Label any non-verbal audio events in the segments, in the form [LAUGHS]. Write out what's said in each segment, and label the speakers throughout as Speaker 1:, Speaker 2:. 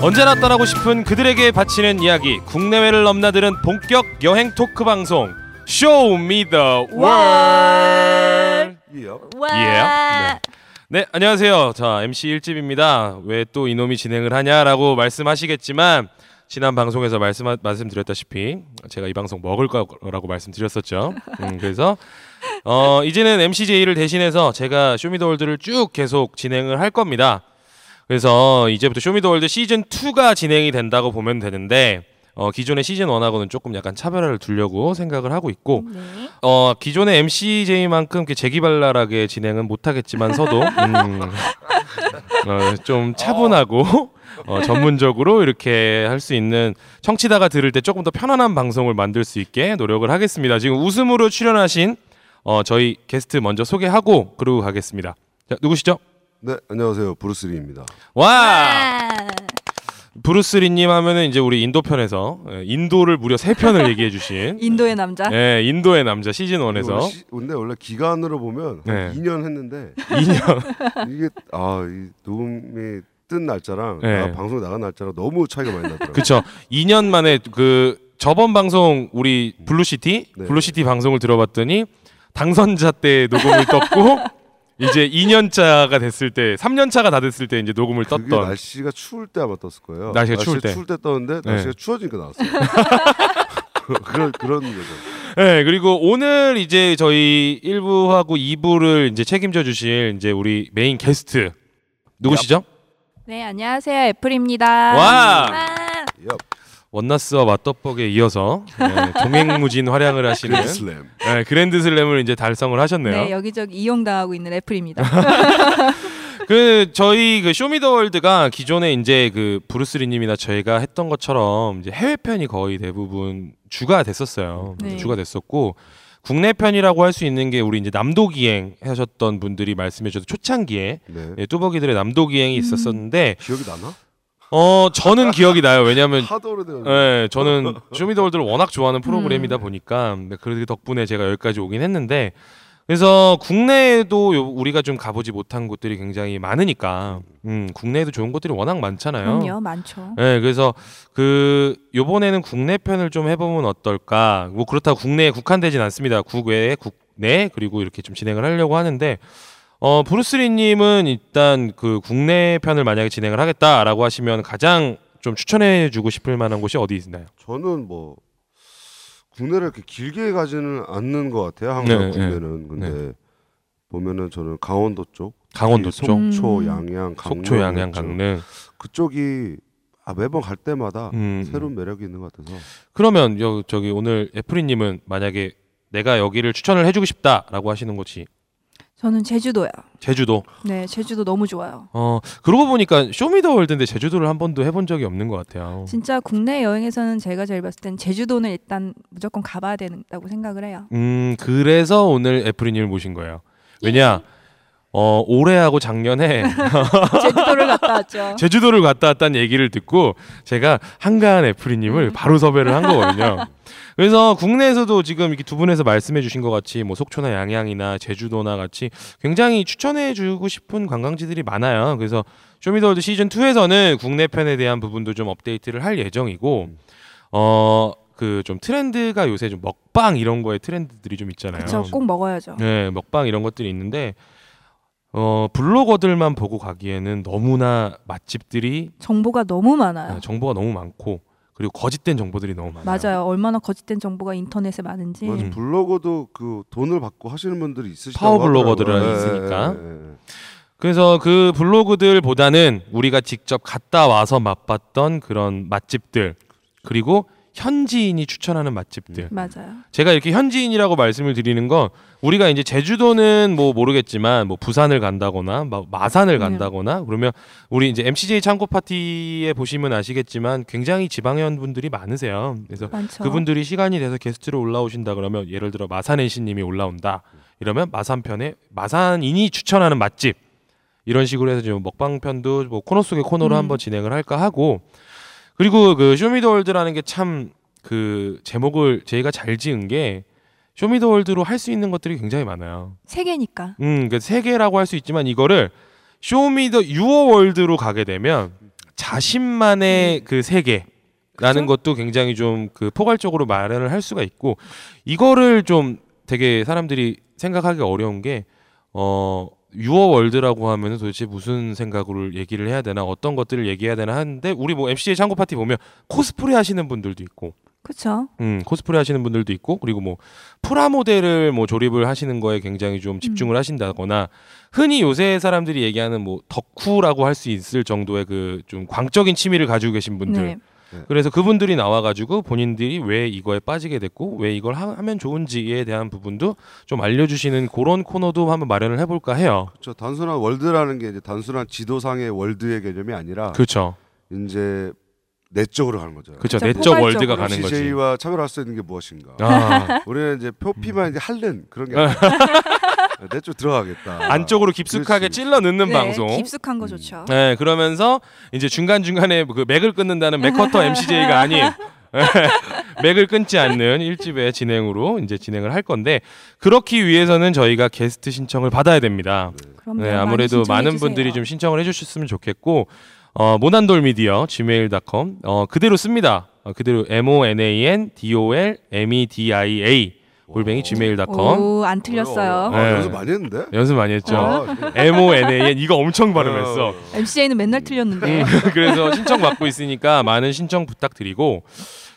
Speaker 1: 언제나 떠나고 싶은 그들에게 바치는 이야기 국내외를 넘나드는 본격 여행 토크 방송 Show Me the World.
Speaker 2: 와.
Speaker 1: 예. 네 안녕하세요. 자 MC 일집입니다. 왜 또 이놈이 진행을 하냐라고 말씀하시겠지만 지난 방송에서 말씀 말씀드렸다시피 제가 이 방송 먹을 거라고 말씀드렸었죠. 음, 그래서 어, 이제는 MCJ를 대신해서 제가 쇼미더월드를 쭉 계속 진행을 할 겁니다. 그래서 이제부터 쇼미더월드 시즌 2가 진행이 된다고 보면 되는데 어, 기존의 시즌 1하고는 조금 약간 차별화를 두려고 생각을 하고 있고
Speaker 2: 네.
Speaker 1: 어, 기존의 MCJ만큼 이렇게 재기발랄하게 진행은 [LAUGHS] 못하겠지만서도 음, 어, 좀 차분하고 어, 전문적으로 이렇게 할 수 있는 청취자가 들을 때 조금 더 편안한 방송을 만들 수 있게 노력을 하겠습니다. 지금 웃음으로 출연하신 어, 저희 게스트 먼저 소개하고 그러고 가겠습니다. 자, 누구시죠?
Speaker 3: 네, 안녕하세요. 브루스리입니다.
Speaker 1: 와!
Speaker 2: 와.
Speaker 1: 네. 브루스리님 하면은 이제 우리 인도 편에서 예, 인도를 무려 세 편을 얘기해 [LAUGHS] 주신
Speaker 2: 인도의 남자.
Speaker 1: 예, 인도의 남자 시즌 1에서
Speaker 3: 시- 근데 원래 기간으로 보면
Speaker 1: 네.
Speaker 3: 한 2년
Speaker 1: [LAUGHS]
Speaker 3: 했는데
Speaker 1: 2년
Speaker 3: 이게 아, 이 녹음이 뜬 날짜랑
Speaker 1: 네.
Speaker 3: 나- 방송 나간 날짜랑 너무 차이가 많이
Speaker 1: [LAUGHS]
Speaker 3: 나더라고요.
Speaker 1: 그쵸 2년 만에 그 저번 방송 우리 블루시티
Speaker 3: 네.
Speaker 1: 블루시티 방송을 들어봤더니 당선자 때 녹음을
Speaker 3: [LAUGHS]
Speaker 1: 떴고 이제 2년차가 됐을 때 3년차가 다 됐을 때 이제 녹음을
Speaker 3: 그게
Speaker 1: 떴던
Speaker 3: 날씨가 추울 때 아마 떴을 거예요.
Speaker 1: 날씨가 추울 때.
Speaker 3: 떴는데
Speaker 1: 네.
Speaker 3: 날씨가 추워지니까 나왔어요. [LAUGHS] 그런 그런 거죠.
Speaker 1: 네, 그리고 오늘 이제 저희 1부하고 2부를 이제 책임져 주실 이제 우리 메인 게스트 누구시죠?
Speaker 2: 네, 안녕하세요. 애플입니다.
Speaker 1: 와.
Speaker 2: 와.
Speaker 3: 얍.
Speaker 1: 원나스와 맛떡벅에 이어서
Speaker 3: [LAUGHS]
Speaker 1: 네, 동행무진 활약을 하시는
Speaker 3: 그랜드 슬램.
Speaker 1: 네, 그랜드슬램을 이제 달성을 하셨네요.
Speaker 2: 네, 여기저기 이용당하고 있는 애플입니다.
Speaker 1: 그 저희 그 쇼미더월드가 기존에 이제 그 브루스리님이나 저희가 했던 것처럼 이제 해외 편이 거의 대부분 주가 됐었어요.
Speaker 2: 네.
Speaker 1: 주가 됐었고 국내 편이라고 할 수 있는 게 우리 이제 남도기행 하셨던 분들이 말씀해 주셔서 초창기에
Speaker 3: 네.
Speaker 1: 예, 뚜벅이들의 남도기행이 있었었는데
Speaker 3: 기억이 나나?
Speaker 1: 어 저는 기억이 나요. 왜냐하면
Speaker 3: 하도 오래돼서.
Speaker 1: 예, 저는 쇼미더월드를 워낙 좋아하는
Speaker 2: 음.
Speaker 1: 프로그램이다 보니까 네, 그러기 덕분에 제가 여기까지 오긴 했는데 그래서 국내에도 요- 우리가 좀 가보지 못한 곳들이 굉장히 많으니까 음, 국내에도 좋은 곳들이 워낙 많잖아요.
Speaker 2: 그럼요, 많죠.
Speaker 1: 예, 그래서 그 요번에는 국내 편을 좀 해보면 어떨까. 뭐 그렇다고 국내에 국한되진 않습니다. 국외, 국내 그리고 이렇게 좀 진행을 하려고 하는데 어 브루스리님은 일단 그 국내 편을 만약에 진행을 하겠다라고 하시면 가장 좀 추천해주고 싶을 만한 곳이 어디 있나요?
Speaker 3: 저는 뭐 국내를 이렇게 길게 가지는 않는 것 같아요. 한국
Speaker 1: 네,
Speaker 3: 국내는 근데 보면은 저는 강원도 쪽,
Speaker 1: 강원도
Speaker 3: 특히
Speaker 1: 쪽,
Speaker 2: 음.
Speaker 3: 속초, 양양, 강릉,
Speaker 1: 그 속초, 양양,
Speaker 3: 쪽.
Speaker 1: 강릉.
Speaker 3: 그쪽이 아, 매번 갈 때마다
Speaker 1: 음.
Speaker 3: 새로운 매력이 있는 것 같아서
Speaker 1: 그러면 여, 저기 오늘 애프리님은 만약에 내가 여기를 추천을 해주고 싶다라고 하시는 곳이
Speaker 2: 저는 제주도요.
Speaker 1: 제주도.
Speaker 2: 네, 제주도 너무 좋아요.
Speaker 1: 어 그러고 보니까 쇼미더월드인데 제주도를 한 번도 해본 적이 없는 것 같아요.
Speaker 2: 진짜 국내 여행에서는 제가 제일 봤을 땐 제주도는 일단 무조건 가봐야 된다고
Speaker 1: [LAUGHS]
Speaker 2: 생각을 해요.
Speaker 1: 음 그래서 오늘 애프리님을 모신 거예요. 왜냐 어 올해하고 작년에
Speaker 2: 제주도를 갔다 왔죠.
Speaker 1: 제주도를 갔다 왔다는 얘기를 듣고 제가 한가한 애프리님을 바로 섭외를 한 거거든요. 그래서 국내에서도 지금 이렇게 두 분에서 말씀해주신 것 같이 뭐 속초나 양양이나 제주도나 같이 굉장히 추천해주고 싶은 관광지들이 많아요. 그래서 쇼미더월드 시즌 2에서는 국내 편에 대한 부분도 좀 업데이트를 할 예정이고 어. 그 좀 트렌드가 요새 좀 먹방 이런 거에 트렌드들이 좀 있잖아요.
Speaker 2: 그렇죠. 꼭 먹어야죠.
Speaker 1: 네, 먹방 이런 것들이 있는데 어, 블로거들만 보고 가기에는 너무나 맛집들이
Speaker 2: 정보가 너무 많아요.
Speaker 1: 아, 정보가 너무 많고 그리고 거짓된 정보들이 너무 많아요.
Speaker 2: 맞아요. 얼마나 거짓된 정보가 인터넷에 많은지.
Speaker 3: 뭐 맞아, 블로거도 그 돈을 받고 하시는 분들이 있으시다고
Speaker 1: 파워 블로거들은
Speaker 3: 하더라고요. 예,
Speaker 1: 있으니까.
Speaker 3: 예, 예, 예.
Speaker 1: 그래서 그 블로그들보다는 우리가 직접 갔다 와서 맛봤던 그런 맛집들 그리고 현지인이 추천하는 맛집들.
Speaker 2: 맞아요.
Speaker 1: 제가 이렇게 현지인이라고 말씀을 드리는 건 우리가 이제 제주도는 뭐 모르겠지만 뭐 부산을 간다거나 마- 마산을
Speaker 2: 네.
Speaker 1: 간다거나 그러면 우리 이제 MCJ 창고 파티에 보시면 아시겠지만 굉장히 지방현 분들이 많으세요. 그래서
Speaker 2: 많죠.
Speaker 1: 그분들이 시간이 돼서 게스트로 올라오신다 그러면 예를 들어 마산 NC님이 올라온다 이러면 마산 편에 마산인이 추천하는 맛집 이런 식으로 해서 지금 먹방 편도 뭐 코너 속의 코너로
Speaker 2: 음.
Speaker 1: 한번 진행을 할까 하고 그리고 그 쇼미더월드라는 게 참 그 제목을 저희가 잘 지은 게 쇼미더월드로 할 수 있는 것들이 굉장히 많아요.
Speaker 2: 세 개니까.
Speaker 1: 음, 그 세계라고 할 수 있지만 이거를 쇼미더 유어월드로 가게 되면 자신만의 그 세계. 라는
Speaker 2: 그죠?
Speaker 1: 것도 굉장히 좀 그 포괄적으로 마련을 할 수가 있고 이거를 좀 되게 사람들이 생각하기 어려운 게어 유어 월드라고 하면은 도대체 무슨 생각으로 얘기를 해야 되나 어떤 것들을 얘기해야 되나 하는데 우리 뭐 MC의 창고 파티 보면 코스프레 하시는 분들도 있고
Speaker 2: 그렇죠.
Speaker 1: 음, 코스프레 하시는 분들도 있고 그리고 뭐 프라모델을 뭐 조립을 하시는 거에 굉장히 좀
Speaker 2: 음.
Speaker 1: 집중을 하신다거나 흔히 요새 사람들이 얘기하는 뭐 덕후라고 할 수 있을 정도의 그 좀 광적인 취미를 가지고 계신 분들
Speaker 2: 네.
Speaker 1: 그래서 그분들이 나와가지고 본인들이 왜 이거에 빠지게 됐고 왜 이걸 하, 면 좋은지에 대한 부분도 좀 알려주시는 그런 코너도 한번 마련을 해볼까 해요.
Speaker 3: 그렇죠. 단순한 월드라는 게 이제 단순한 지도상의 월드의 개념이 아니라
Speaker 1: 그렇죠,
Speaker 3: 이제 내적으로 가는 거죠.
Speaker 1: 그렇죠.
Speaker 2: 그쵸,
Speaker 1: 내적 월드가
Speaker 2: 포괄적으로.
Speaker 1: 가는 거지.
Speaker 3: CJ와 차별할 수 있는 게 무엇인가?
Speaker 1: 아,
Speaker 3: 우리는 이제 표피만 이제 할른 그런 게 아니라 네, 내쪽 들어가겠다.
Speaker 1: 네. 안쪽으로 깊숙하게
Speaker 3: 그렇지.
Speaker 1: 찔러 넣는
Speaker 2: 네,
Speaker 1: 방송.
Speaker 2: 깊숙한 거
Speaker 3: 음.
Speaker 2: 좋죠.
Speaker 1: 네, 그러면서 이제 중간 중간에 그 맥을 끊는다는
Speaker 2: [LAUGHS]
Speaker 1: 맥커터 MCJ가 아닌 예, 맥을 끊지 않는 일집의 진행으로 이제 진행을 할 건데 그렇기 위해서는 저희가 게스트 신청을 받아야 됩니다.
Speaker 2: 그럼요.
Speaker 1: 네,
Speaker 2: 많이
Speaker 1: 아무래도
Speaker 2: 신청해
Speaker 1: 많은
Speaker 2: 주세요.
Speaker 1: 분들이 좀 신청을 해주셨으면 좋겠고 어, 모난돌미디어 gmail.com 어, 그대로 씁니다. 어, 그대로 m o n a n d o l m e d i a
Speaker 3: 어.
Speaker 1: 골뱅이 gmail.com
Speaker 2: 오, 어? 안 틀렸어요.
Speaker 1: 어려워.
Speaker 3: 아,
Speaker 1: 네.
Speaker 3: 연습 많이 했는데.
Speaker 1: 연습 많이 했죠.
Speaker 3: 아, 진짜.
Speaker 1: m o n a n 이거 엄청 발음했어.
Speaker 2: MCA는 맨날
Speaker 1: 음.
Speaker 2: 틀렸는데.
Speaker 1: [LAUGHS] 그래서 신청 받고 있으니까 많은 신청 부탁드리고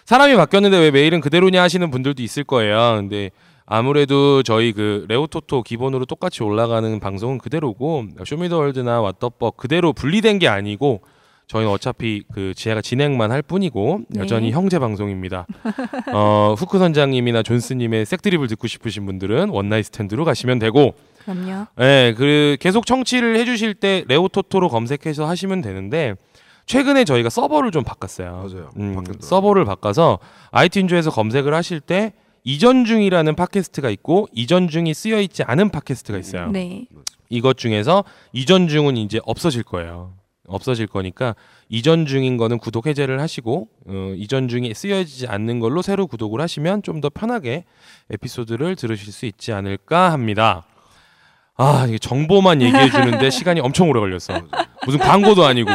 Speaker 1: 사람이 바뀌었는데 왜 메일은 그대로냐 하시는 분들도 있을 거예요. 근데 아무래도 저희 그 레오토토 기본으로 똑같이 올라가는 방송은 그대로고 쇼미더월드나 왓더벅 그대로 분리된 게 아니고 저희는 어차피 그 지혜가 진행만 할 뿐이고
Speaker 2: 네.
Speaker 1: 여전히 형제 방송입니다. 어, 후크 선장님이나 존스님의 색드립을 듣고 싶으신 분들은 원나잇 스탠드로 가시면 되고
Speaker 2: 그럼요.
Speaker 1: 네, 그 계속 청취를 해주실 때 레오토토로 검색해서 하시면 되는데 최근에 저희가 서버를 좀 바꿨어요.
Speaker 3: 맞아요.
Speaker 1: 음,
Speaker 3: 바뀌었더라고요.
Speaker 1: 서버를 바꿔서 아이튠즈에서 검색을 하실 때 이전 중이라는 팟캐스트가 있고 이전 중이 쓰여 있지 않은 팟캐스트가 있어요.
Speaker 2: 네.
Speaker 1: 이것 중에서 이전 중은 이제 없어질 거예요. 없어질 거니까 이전 중인 거는 구독 해제를 하시고 어, 이전 중이 쓰여지지 않는 걸로 새로 구독을 하시면 좀 더 편하게 에피소드를 들으실 수 있지 않을까 합니다. 아 이게 정보만 얘기해 [LAUGHS] 주는데 시간이 엄청 오래 걸렸어. 무슨 광고도 아니고.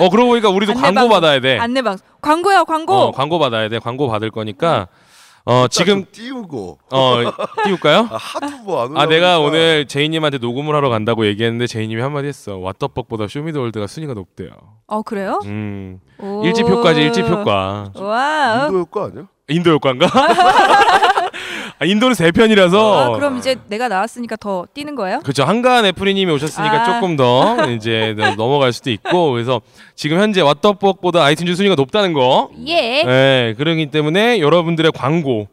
Speaker 1: 어 그러고 보니까 우리도
Speaker 2: 안내
Speaker 1: 광고
Speaker 2: 방송.
Speaker 1: 받아야 돼.
Speaker 2: 안내 방송. 광고야, 광고.
Speaker 1: 네. 어, 광고 받아야 돼. 광고 받을 거니까 어 지금
Speaker 3: 좀 띄우고
Speaker 1: 어 띄울까요?
Speaker 3: 아, 하도 뭐안
Speaker 1: 아 내가 오늘 제이님한테 녹음을 하러 간다고 얘기했는데 제이님이 한마디 했어 왓더벅보다 쇼미더월드가 순위가 높대요
Speaker 2: 어, 그래요?
Speaker 1: 음
Speaker 2: 오.
Speaker 1: 일집 효과지 음. 일집 효과
Speaker 2: 와.
Speaker 3: 인도 효과 아니야?
Speaker 1: 인도 효과인가? [LAUGHS] 아, 인도는 세
Speaker 2: 아,
Speaker 1: 편이라서
Speaker 2: 그럼 이제 내가 나왔으니까 더 뛰는 거예요?
Speaker 1: 그렇죠 한가한 애프리님이 오셨으니까
Speaker 2: 아.
Speaker 1: 조금 더 이제 넘어갈 수도 있고 그래서 지금 현재 왓더벅보다 아이튠즈 순위가 높다는 거
Speaker 2: 예.
Speaker 1: 네, 그러기 때문에 여러분들의 광고.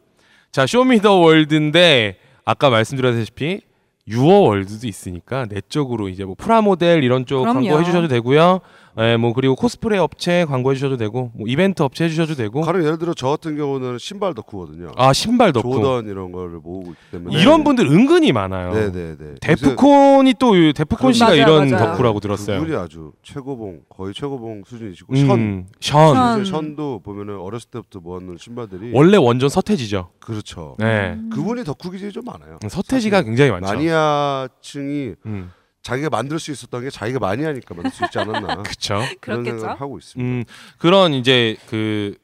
Speaker 1: 자, 쇼미더월드인데 아까 말씀드렸다시피 유어월드도 있으니까 내적으로 이제 뭐 프라모델 이런 쪽
Speaker 2: 그럼요.
Speaker 1: 광고 해주셔도 되고요. 예, 뭐 그리고 코스프레 업체 광고 해주셔도 되고, 뭐 이벤트 업체 해주셔도 되고.
Speaker 3: 가령 예를 들어 저 같은 경우는 신발 덕후거든요.
Speaker 1: 아 신발 덕후.
Speaker 3: 조던 이런 거를 모으고 있기 때문에
Speaker 1: 이런 분들 은근히 많아요.
Speaker 3: 네네네 네.
Speaker 1: 데프콘이 또이 데프콘 씨가
Speaker 2: 맞아요,
Speaker 1: 이런
Speaker 2: 맞아요.
Speaker 1: 덕후라고
Speaker 3: 두
Speaker 1: 들었어요.
Speaker 3: 분이 아주 최고봉 거의 최고봉 수준이시고 션
Speaker 1: 음, 션.
Speaker 2: 션.
Speaker 3: 이제 션도 보면은 어렸을 때부터 모았는 신발들이
Speaker 1: 원래 원전 서태지죠. 그렇죠.
Speaker 2: 음.
Speaker 3: 그렇죠.
Speaker 1: 네. 음,
Speaker 3: 그분이 덕후 기질이 좀 많아요.
Speaker 1: 서태지가 굉장히 많죠.
Speaker 3: 마니아층이
Speaker 1: 음,
Speaker 3: 자기가 만들 수 있었던 게 자기가 마니아니까 만들 수
Speaker 1: [LAUGHS]
Speaker 3: 있지 않았나
Speaker 1: 그쵸.
Speaker 3: 그런
Speaker 2: 그렇겠죠.
Speaker 3: 생각을 하고 있습니다.
Speaker 1: 음 그런 이제 그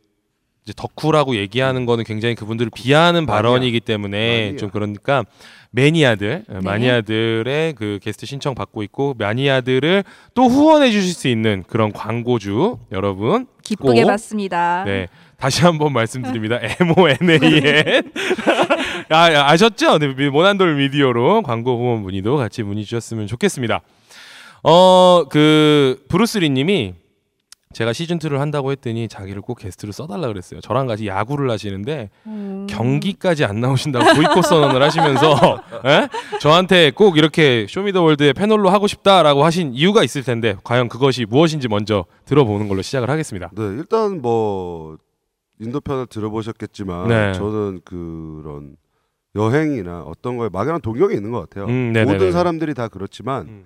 Speaker 1: 이제 덕후라고 얘기하는 거는 굉장히 그분들을 비하하는
Speaker 3: 마니아.
Speaker 1: 발언이기 때문에
Speaker 3: 마니아.
Speaker 1: 좀 그러니까 매니아들 마니아들의 그 게스트 신청 받고 있고 마니아들을 또 후원해 주실 수 있는 그런 광고주 여러분
Speaker 2: 기쁘게
Speaker 1: 꼭.
Speaker 2: 봤습니다.
Speaker 1: 네 다시 한번 말씀드립니다 [LAUGHS] M O N A N [LAUGHS] 아, 야, 아셨죠 네, 미- 모난돌 미디어로 광고 후원 문의도 같이 문의 주셨으면 좋겠습니다 어 그 브루스리님이 제가 시즌 2를 한다고 했더니 자기를 꼭 게스트로 써달라 그랬어요. 저랑 같이 야구를 하시는데
Speaker 2: 음.
Speaker 1: 경기까지 안 나오신다고 보이콧 선언을 하시면서 예? 저한테 꼭 이렇게 쇼미더월드의 패널로 하고 싶다라고 하신 이유가 있을 텐데 과연 그것이 무엇인지 먼저 들어보는 걸로 시작을 하겠습니다.
Speaker 3: 네 일단 뭐 인도 편을 들어보셨겠지만
Speaker 1: 네.
Speaker 3: 저는 그런 여행이나 어떤 거에 막연한 동경이 있는 것 같아요.
Speaker 1: 음, 네네네.
Speaker 3: 모든 사람들이 다 그렇지만
Speaker 1: 음.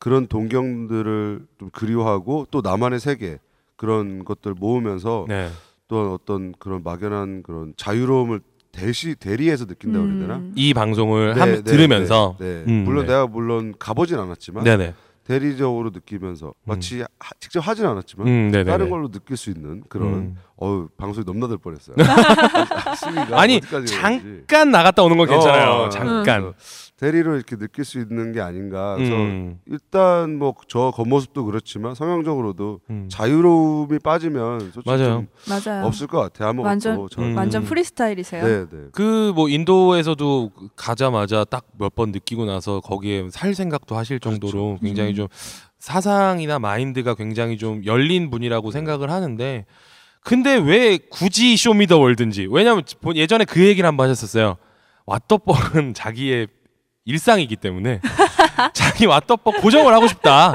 Speaker 3: 그런 동경들을 좀 그리워하고 또 나만의 세계 그런 것들 모으면서
Speaker 1: 네.
Speaker 3: 또 어떤 그런 막연한 그런 자유로움을 대시 대리해서 느낀다고 그래야 되나?
Speaker 2: 음.
Speaker 1: 이 방송을
Speaker 3: 네,
Speaker 1: 함-
Speaker 3: 네,
Speaker 1: 들으면서
Speaker 3: 네, 네.
Speaker 1: 음,
Speaker 3: 물론
Speaker 1: 네.
Speaker 3: 내가 물론 가보진 않았지만
Speaker 1: 네, 네.
Speaker 3: 대리적으로 느끼면서 마치 하- 직접 하진 않았지만
Speaker 1: 음, 네, 네.
Speaker 3: 다른
Speaker 1: 네.
Speaker 3: 걸로 느낄 수 있는 그런
Speaker 1: 음.
Speaker 3: 어우 방송이 넘나들
Speaker 1: [LAUGHS]
Speaker 3: 뻔했어요. 수위가
Speaker 1: 아니
Speaker 3: 어디까지 가는지.
Speaker 1: 잠깐 나갔다 오는 건 괜찮아요.
Speaker 3: 어,
Speaker 1: 잠깐.
Speaker 3: 어. 대리로 이렇게 느낄 수 있는 게 아닌가. 그래서
Speaker 1: 음.
Speaker 3: 일단 뭐 저 겉모습도 그렇지만 성향적으로도
Speaker 1: 음.
Speaker 3: 자유로움이 빠지면 솔직히
Speaker 1: 맞아요.
Speaker 2: 맞아요.
Speaker 3: 좀 없을 것 같아. 아무것도
Speaker 2: 완전-
Speaker 3: 저는.
Speaker 1: 음.
Speaker 2: 완전 프리스타일이세요.
Speaker 3: 네, 네.
Speaker 1: 그 뭐 인도에서도 가자마자 딱 몇 번 느끼고 나서 거기에 살 생각도 하실
Speaker 3: 그렇죠.
Speaker 1: 정도로
Speaker 3: 음.
Speaker 1: 굉장히 좀 사상이나 마인드가 굉장히 좀 열린
Speaker 3: 네.
Speaker 1: 분이라고 생각을 하는데 근데 왜 굳이 쇼미더월드인지 왜냐면 본- 예전에 그 얘기를 한 번 하셨었어요 왓더벅은 자기의 일상이기 때문에 [LAUGHS] 자기 왓더벅 고정을 하고 싶다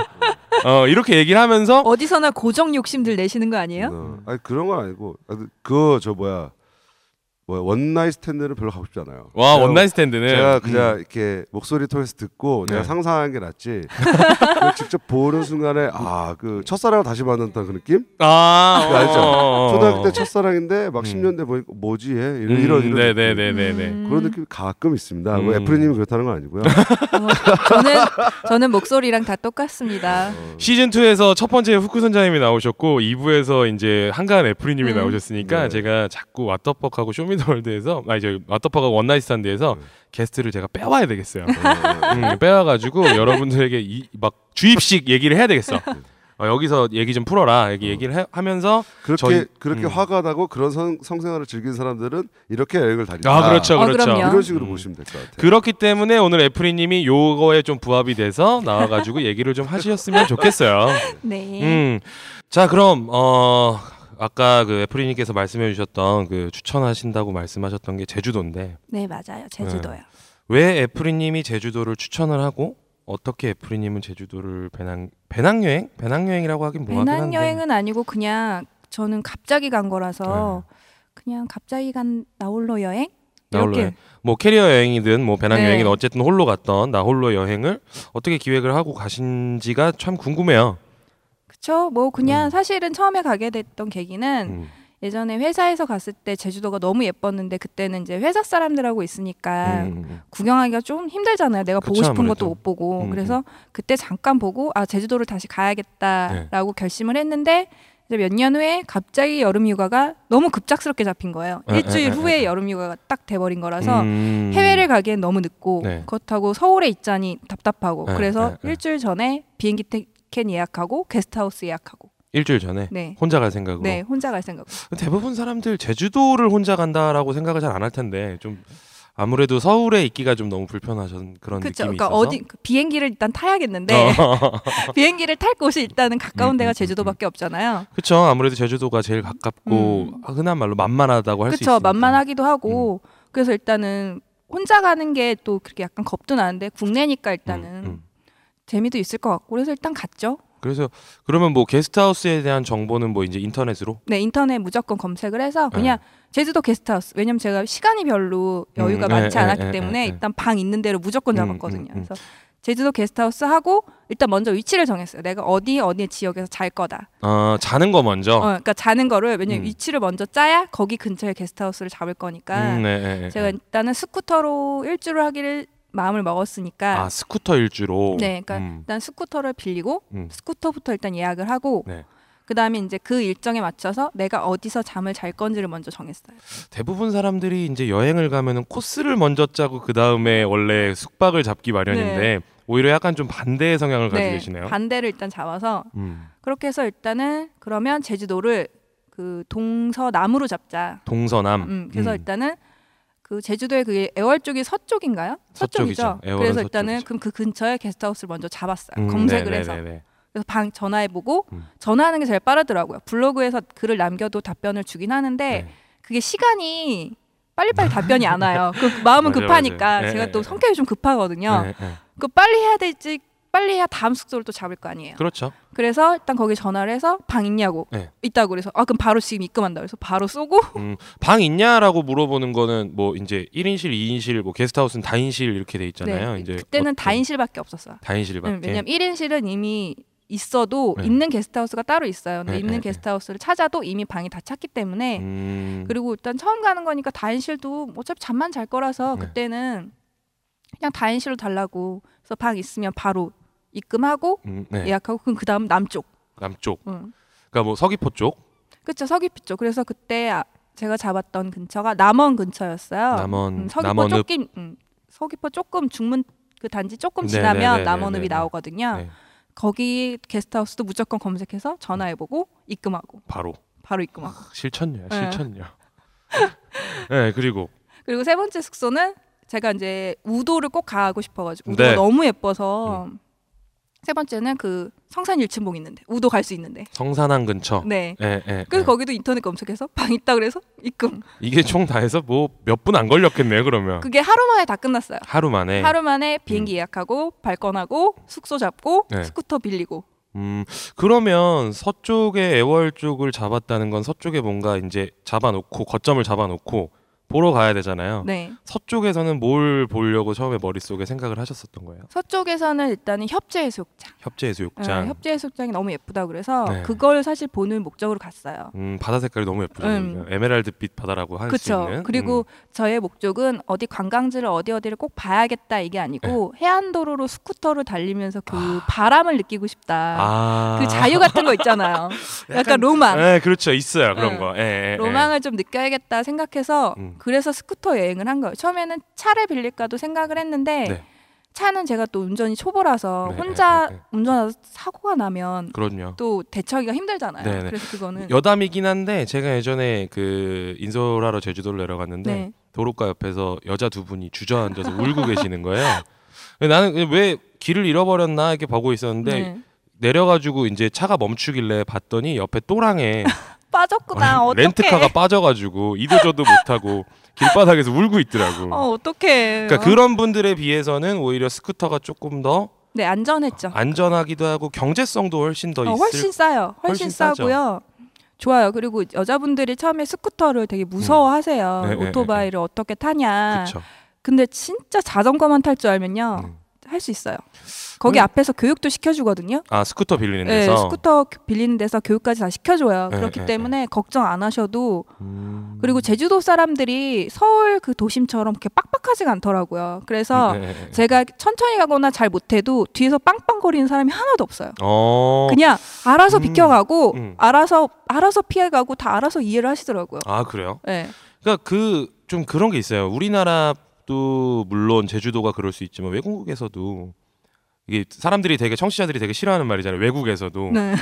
Speaker 1: 어 이렇게 얘기를 하면서
Speaker 2: 어디서나 고정 욕심들 내시는 거 아니에요?
Speaker 3: 어, 아니 그런 건 아니고 그거 저 뭐야 뭐야 원나잇 스탠드는 별로 가고 싶지 않아요.
Speaker 1: 와
Speaker 3: 제가
Speaker 1: 원나잇 스탠드는 음.
Speaker 3: 제가 그냥 이렇게 목소리 통해서 듣고
Speaker 1: 네.
Speaker 3: 내가 상상한 게 낫지 그걸 직접 보는 순간에 아 그 첫사랑을 다시 만난다 그 느낌?
Speaker 1: 아
Speaker 3: 그거 알죠?
Speaker 1: 어, 어, 어.
Speaker 3: 초등학교 때 첫사랑인데 막
Speaker 1: 음.
Speaker 3: 10년대 보니까 뭐지 얘?
Speaker 1: 음,
Speaker 3: 이런 이런, 이런
Speaker 1: 네,
Speaker 3: 느낌.
Speaker 1: 네, 네, 네, 네.
Speaker 2: 음.
Speaker 3: 그런 느낌이 가끔 있습니다.
Speaker 1: 음.
Speaker 3: 뭐 애플님이 그렇다는 건 아니고요.
Speaker 2: 어, 저는 저는 목소리랑 다 똑같습니다.
Speaker 1: 시즌 2에서 첫 번째 후쿠 선장님이 나오셨고 2부에서 이제 한가한 애플이님이
Speaker 2: 음.
Speaker 1: 나오셨으니까
Speaker 3: 네.
Speaker 1: 제가 자꾸 왓더벅하고 쇼미더월드에서 아니 저 왓더벅하고 원나잇 스탠드에서 게스트를 제가 빼와야 되겠어요. 음, 빼와가지고 여러분들에게 이, 막 주입식 얘기를 해야 되겠어. 어, 여기서 얘기 좀 풀어라. 여기 얘기를 해- 하면서
Speaker 3: 그렇게
Speaker 1: 저희-
Speaker 3: 그렇게
Speaker 1: 음.
Speaker 3: 화가 나고 그런 성, 성생활을 즐기는 사람들은 이렇게 여행을 다닌다.
Speaker 1: 아 그렇죠
Speaker 2: 어,
Speaker 1: 그렇죠.
Speaker 2: 그럼요.
Speaker 3: 이런 식으로
Speaker 1: 음.
Speaker 3: 보시면 될 것 같아요.
Speaker 1: 그렇기 때문에 오늘 애플이님이 요거에 좀 부합이 돼서 나와가지고 얘기를 좀 하셨으면 좋겠어요.
Speaker 2: 네.
Speaker 1: 음. 자, 그럼 어 아까 그 애프리님께서 말씀해 주셨던 그 추천하신다고 말씀하셨던 게 제주도인데
Speaker 2: 네 맞아요. 제주도요.
Speaker 1: 왜 애프리님이 제주도를 추천을 하고 어떻게 애프리님은 제주도를 배낭 배낭여행 배낭여행이라고 하긴 뭐하긴 한데
Speaker 2: 배낭 여행은 아니고 그냥 저는 갑자기 간 거라서
Speaker 1: 네.
Speaker 2: 그냥 갑자기 간 나홀로 여행
Speaker 1: 나홀로
Speaker 2: 이렇게
Speaker 1: 뭐 캐리어 여행이든 뭐 배낭
Speaker 2: 네.
Speaker 1: 여행이든 어쨌든 홀로 갔던 나 홀로 여행을 어떻게 기획을 하고 가신지가 참 궁금해요.
Speaker 2: 그쵸? 뭐 그냥
Speaker 1: 음.
Speaker 2: 사실은 처음에 가게 됐던 계기는
Speaker 1: 음.
Speaker 2: 예전에 회사에서 갔을 때 제주도가 너무 예뻤는데 그때는 이제 회사 사람들하고 있으니까
Speaker 1: 음, 음,
Speaker 2: 구경하기가 좀 힘들잖아요. 내가 보고
Speaker 1: 그쵸,
Speaker 2: 싶은
Speaker 1: 아무래도.
Speaker 2: 것도 못 보고
Speaker 1: 음,
Speaker 2: 그래서 그때 잠깐 보고 아 제주도를 다시 가야겠다라고
Speaker 1: 네.
Speaker 2: 결심을 했는데 이제 몇 년 후에 갑자기 여름 휴가가 너무 급작스럽게 잡힌 거예요.
Speaker 1: 에, 에, 에,
Speaker 2: 일주일
Speaker 1: 에.
Speaker 2: 후에 여름 휴가가 딱 돼버린 거라서
Speaker 1: 아, 음.
Speaker 2: 해외를 가기엔 너무 늦고
Speaker 1: 네.
Speaker 2: 그렇다고 서울에 있자니 답답하고
Speaker 1: 네,
Speaker 2: 그래서
Speaker 1: 네, 네.
Speaker 2: 일주일 전에 비행기 티켓 예약하고 게스트하우스 예약하고
Speaker 1: 일주일 전에
Speaker 2: 네.
Speaker 1: 혼자 갈 생각으로
Speaker 2: 네 혼자 갈 생각.
Speaker 1: 대부분 사람들 제주도를 혼자 간다라고 생각을 잘 안 할 텐데 좀 아무래도 서울에 있기가 좀 너무 불편하신 그런
Speaker 2: 그렇죠.
Speaker 1: 느낌이
Speaker 2: 그러니까
Speaker 1: 있어서 어.
Speaker 2: 어디 그 비행기를 일단 타야 겠는데 [LAUGHS] 비행기를 탈 곳이 일단은 가까운
Speaker 1: 음,
Speaker 2: 데가
Speaker 1: 음,
Speaker 2: 제주도밖에 없잖아요.
Speaker 1: 그렇죠 아무래도 제주도가 제일 가깝고
Speaker 2: 음.
Speaker 1: 흔한 말로 만만하다고 할 수 있으니까 음.
Speaker 2: 그렇죠. 만만하기도 하고 그래서 일단은 혼자 가는 게 또 그렇게 약간 겁도 나는데 국내니까 일단은
Speaker 1: 음, 음.
Speaker 2: 재미도 있을 것 같고 그래서 일단 갔죠.
Speaker 1: 그래서 그러면 뭐 게스트하우스에 대한 정보는 뭐 이제 인터넷으로
Speaker 2: 네 인터넷 무조건 검색을 해서
Speaker 1: 네.
Speaker 2: 그냥 제주도 게스트하우스 왜냐면 제가 시간이 별로 여유가
Speaker 1: 음,
Speaker 2: 많지
Speaker 1: 에, 에,
Speaker 2: 않았기
Speaker 1: 에,
Speaker 2: 때문에
Speaker 1: 에, 에.
Speaker 2: 일단 방 있는 대로 무조건
Speaker 1: 음,
Speaker 2: 잡았거든요.
Speaker 1: 음, 음.
Speaker 2: 그래서 제주도 게스트하우스 하고 일단 먼저 위치를 정했어요. 내가 어디 어디 지역에서 잘 거다.
Speaker 1: 아 자는 거 먼저
Speaker 2: 어, 그러니까 자는 거를 왜냐면
Speaker 1: 음.
Speaker 2: 위치를 먼저 짜야 거기 근처에 게스트하우스를 잡을 거니까
Speaker 1: 음, 네, 네, 네.
Speaker 2: 그러니까 제가 일단은 스쿠터로 일주를 하기를 마음을 먹었으니까
Speaker 1: 아 스쿠터 일주로
Speaker 2: 네, 그러니까
Speaker 1: 음.
Speaker 2: 일단 스쿠터를 빌리고
Speaker 1: 음.
Speaker 2: 스쿠터부터 일단 예약을 하고
Speaker 1: 네.
Speaker 2: 그다음에 이제 그 일정에 맞춰서 내가 어디서 잠을 잘 건지를 먼저 정했어요.
Speaker 1: 대부분 사람들이 이제 여행을 가면은 코스를 먼저 짜고 그 다음에 원래 숙박을 잡기 마련인데 오히려 약간 좀 반대의 성향을 가지고 계시네요.
Speaker 2: 네. 반대를 일단 잡아서
Speaker 1: 음.
Speaker 2: 그렇게 해서 일단은 그러면 제주도를 그 동서남으로 잡자.
Speaker 1: 동서남.
Speaker 2: 음, 그래서
Speaker 1: 음.
Speaker 2: 일단은 그 제주도의 그 애월 쪽이 서쪽인가요?
Speaker 1: 서쪽이죠.
Speaker 2: 서쪽이죠.
Speaker 1: 애월은
Speaker 2: 그래서 일단은
Speaker 1: 서쪽이죠.
Speaker 2: 그럼 그 근처에 게스트하우스를 먼저 잡았어요.
Speaker 1: 음,
Speaker 2: 아, 검색을
Speaker 1: 네,
Speaker 2: 해서
Speaker 1: 네, 네, 네.
Speaker 2: 그래서 방 전화해보고
Speaker 1: 음.
Speaker 2: 전화하는 게 제일 빠르더라고요. 블로그에서 글을 남겨도 답변을 주긴 하는데
Speaker 1: 네.
Speaker 2: 그게 시간이 빨리빨리
Speaker 1: [LAUGHS]
Speaker 2: 답변이 안 와요. 그 마음은
Speaker 1: 맞아요,
Speaker 2: 급하니까
Speaker 1: 맞아요. 예,
Speaker 2: 제가
Speaker 1: 예,
Speaker 2: 또
Speaker 1: 예.
Speaker 2: 성격이 좀 급하거든요.
Speaker 1: 네, 네.
Speaker 2: 그 빨리 해야 될지 빨리 해야 다음 숙소를 또 잡을 거 아니에요.
Speaker 1: 그렇죠.
Speaker 2: 그래서 일단 거기 전화를 해서 방 있냐고
Speaker 1: 네.
Speaker 2: 있다고 그래서 아 그럼 바로 지금 입금한다 그래서 바로 쏘고
Speaker 1: 음, 방 있냐라고 물어보는 거는 뭐 이제 1인실, 2인실, 뭐 게스트하우스는 다인실 이렇게 돼 있잖아요.
Speaker 2: 네,
Speaker 1: 이제
Speaker 2: 그때는
Speaker 1: 어떤-
Speaker 2: 다인실밖에 없었어요.
Speaker 1: 다인실밖에.
Speaker 2: 음, 왜냐면 1인실은 이미 있어도
Speaker 1: 네.
Speaker 2: 있는 게스트하우스가 따로 있어요. 근데
Speaker 1: 네,
Speaker 2: 있는
Speaker 1: 네,
Speaker 2: 게스트하우스를 찾아도 이미 방이 다 찼기 때문에
Speaker 1: 음,
Speaker 2: 그리고 일단 처음 가는 거니까 다인실도 어차피 잠만 잘 거라서
Speaker 1: 네.
Speaker 2: 그때는 그냥 다인실로 달라고 그래서 방 있으면 바로 입금하고
Speaker 1: 음, 네.
Speaker 2: 예약하고 그럼 그 다음 남쪽
Speaker 1: 남쪽.
Speaker 2: 음.
Speaker 1: 그러니까 뭐 서귀포 쪽,
Speaker 2: 그쵸 서귀포 쪽 그래서 그때 아- 제가 잡았던 근처가 남원 근처였어요
Speaker 1: 남원,
Speaker 2: 음, 서귀포
Speaker 1: 남원읍.
Speaker 2: 조금 음, 서귀포 조금 중문 그 단지 조금
Speaker 1: 네,
Speaker 2: 지나면
Speaker 1: 네, 네, 네,
Speaker 2: 남원읍이
Speaker 1: 네, 네.
Speaker 2: 나오거든요
Speaker 1: 네.
Speaker 2: 거기 게스트하우스도 무조건 검색해서 전화해보고 입금하고
Speaker 1: 바로
Speaker 2: 바로
Speaker 1: 아.
Speaker 2: 입금하고
Speaker 1: 실천녀야,
Speaker 2: 네.
Speaker 1: 실천녀. 네, 그리고
Speaker 2: 그리고 세 번째 숙소는 제가 이제 우도를 꼭 가고 싶어가지고 우도가
Speaker 1: 네. 음.
Speaker 2: 너무 예뻐서 세 번째는 그 성산 일침봉 있는데 우도 갈 수 있는데
Speaker 1: 성산항 근처.
Speaker 2: 네
Speaker 1: 예, 예.
Speaker 2: 그래서
Speaker 1: 예.
Speaker 2: 거기도 인터넷 검색해서 [LAUGHS] 방 있다 그래서 입금
Speaker 1: 이게 총 다 해서 뭐 몇 분 안 걸렸겠네요, 그러면.
Speaker 2: 그게 하루 만에 다 끝났어요
Speaker 1: 하루 만에.
Speaker 2: 하루 만에 비행기 예약하고 발권하고 숙소 잡고
Speaker 1: 음. 네.
Speaker 2: 스쿠터 빌리고
Speaker 1: 음, 그러면 서쪽에 애월 쪽을 잡았다는 건 서쪽에 뭔가 이제 잡아놓고 거점을 잡아놓고 보러 가야 되잖아요.
Speaker 2: 네
Speaker 1: 서쪽에서는 뭘 보려고 처음에 머릿속에 생각을 하셨었던 거예요?
Speaker 2: 서쪽에서는 일단은 협재해수욕장 예,
Speaker 1: 협재 해수욕장.
Speaker 2: 아, 협재해수욕장이 너무 예쁘다 그래서
Speaker 1: 네.
Speaker 2: 그걸 사실 보는 목적으로 갔어요
Speaker 1: 음, 바다 색깔이 너무 예쁘죠.
Speaker 2: 음.
Speaker 1: 에메랄드빛 바다라고 할 수
Speaker 2: 그렇죠.
Speaker 1: 있는.
Speaker 2: 그리고
Speaker 1: 음,
Speaker 2: 저의 목적은 어디 관광지를 어디 어디를 꼭 봐야겠다 이게 아니고
Speaker 1: 네.
Speaker 2: 해안도로로 스쿠터를 달리면서 그 바람을 느끼고 싶다.
Speaker 1: 아.
Speaker 2: 그 자유 같은 거
Speaker 1: [LAUGHS]
Speaker 2: 있잖아요. 약간, 로망.
Speaker 1: 예, 그렇죠. 있어요. 그런
Speaker 2: 응.
Speaker 1: 거. 예, 예,
Speaker 2: 음. 로망을 좀 느껴야겠다 생각해서
Speaker 1: 음.
Speaker 2: 그래서 스쿠터 여행을 한 거예요. 처음에는 차를 빌릴까도 생각을 했는데
Speaker 1: 네.
Speaker 2: 차는 제가 또 운전이 초보라서
Speaker 1: 네,
Speaker 2: 혼자
Speaker 1: 네, 네,
Speaker 2: 운전하다 사고가 나면
Speaker 1: 예. 그럼요.
Speaker 2: 또 대처하기가 힘들잖아요.
Speaker 1: 네, 네.
Speaker 2: 그래서 그거는
Speaker 1: 여담이긴 한데 제가 예전에 그 인솔하러 제주도를 내려갔는데
Speaker 2: 네.
Speaker 1: 도로가 옆에서 여자 두 분이 주저앉아서 울고 계시는 거예요. 근데 나는 왜 길을 잃어버렸나 이렇게 보고 있었는데
Speaker 2: 네.
Speaker 1: 내려가지고 이제 차가 멈추길래 봤더니 옆에 또랑에 [LAUGHS]
Speaker 2: 빠졌구나. 어떡해.
Speaker 1: 렌트카가 빠져가지고 이도저도 못하고 길바닥에서 울고 있더라고.
Speaker 2: 어, 어떡해.
Speaker 1: 그러니까 그런 분들에 비해서는 오히려 스쿠터가 조금 더
Speaker 2: 네, 안전했죠.
Speaker 1: 안전하기도 하고 경제성도 훨씬 아, 더 있을
Speaker 2: 어, 훨씬 싸요.
Speaker 1: 훨씬
Speaker 2: 훨씬,
Speaker 1: 싸죠.
Speaker 2: 싸고요. 좋아요. 그리고 여자분들이 처음에 스쿠터를 되게 무서워하세요.
Speaker 1: 네, 네,
Speaker 2: 오토바이를 어떻게 타냐.
Speaker 1: 그렇죠.
Speaker 2: 근데 진짜 자전거만 탈 줄 알면요.
Speaker 1: 음.
Speaker 2: 할 수 있어요. 거기
Speaker 1: 음.
Speaker 2: 앞에서 교육도 시켜주거든요.
Speaker 1: 아 스쿠터 빌리는
Speaker 2: 네,
Speaker 1: 데서
Speaker 2: 스쿠터 빌리는 데서 교육까지 다 시켜줘요.
Speaker 1: 네,
Speaker 2: 그렇기
Speaker 1: 네,
Speaker 2: 때문에 걱정 안 하셔도
Speaker 1: 음.
Speaker 2: 그리고 제주도 사람들이 서울 그 도심처럼 그렇게 빡빡하지가 않더라고요. 그래서
Speaker 1: 네, 네, 네.
Speaker 2: 제가 천천히 가거나 잘 못해도 뒤에서 빵빵거리는 사람이 하나도 없어요.
Speaker 1: 어.
Speaker 2: 그냥 알아서
Speaker 1: 음,
Speaker 2: 비켜가고
Speaker 1: 음.
Speaker 2: 알아서 알아서 피해가고 다 알아서 이해를 하시더라고요.
Speaker 1: 아 그래요?
Speaker 2: 네.
Speaker 1: 그러니까 그 좀 그런 게 있어요. 우리나라도 물론 제주도가 그럴 수 있지만 외국에서도 이게 사람들이 되게 청취자들이 되게 싫어하는 말이잖아요. 외국에서도 [LAUGHS] 아,
Speaker 2: 네.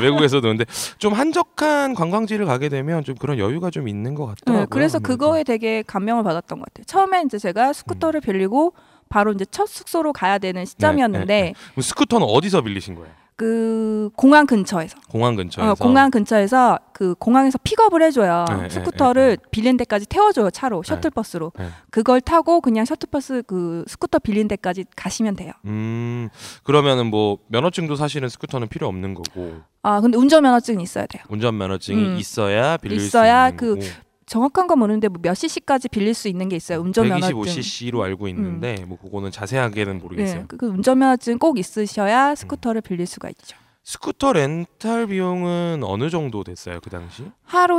Speaker 1: 외국에서도 근데 좀 한적한 관광지를 가게 되면 좀 그런 여유가 좀 있는 것 같더라고요.
Speaker 2: 네, 그래서
Speaker 1: 아무래도.
Speaker 2: 그거에 되게 감명을 받았던 것 같아요. 처음에 이제 제가 스쿠터를 빌리고 바로 이제 첫 숙소로 가야 되는 시점이었는데
Speaker 1: 네, 네, 그럼 스쿠터는 어디서 빌리신 거예요?
Speaker 2: 그 공항 근처에서
Speaker 1: 공항
Speaker 2: 어,
Speaker 1: 근처에서.
Speaker 2: 공항 근처에서 그 공항에서 픽업을 해줘요.
Speaker 1: 네, 네,
Speaker 2: 스쿠터를 빌린 데까지 태워줘요 차로 셔틀버스로
Speaker 1: 네.
Speaker 2: 그걸 타고 그냥 셔틀버스 그 스쿠터 빌린 데까지 가시면 돼요.
Speaker 1: 음 그러면은 뭐 면허증도 사실은 스쿠터는 필요 없는 거고
Speaker 2: 아 근데 운전면허증이 있어야 돼요.
Speaker 1: 운전 면허증이
Speaker 2: 음.
Speaker 1: 있어야 빌릴
Speaker 2: 있어야 그
Speaker 1: 수 있는 거고.
Speaker 2: 정확한 건 모르는데 뭐몇 cc까지 빌릴 수 있는 게 있어요. 네, 운전면허증. 음.
Speaker 1: 125cc로 알고 있는데 뭐 그거는 자세하게는 모르겠어요. 음.
Speaker 2: 네, 그- 그 운전면허증 꼭 있으셔야 스쿠터를 빌릴 수가 있죠.
Speaker 1: 스쿠터 렌탈 비용은 어느 정도 됐어요 그 당시?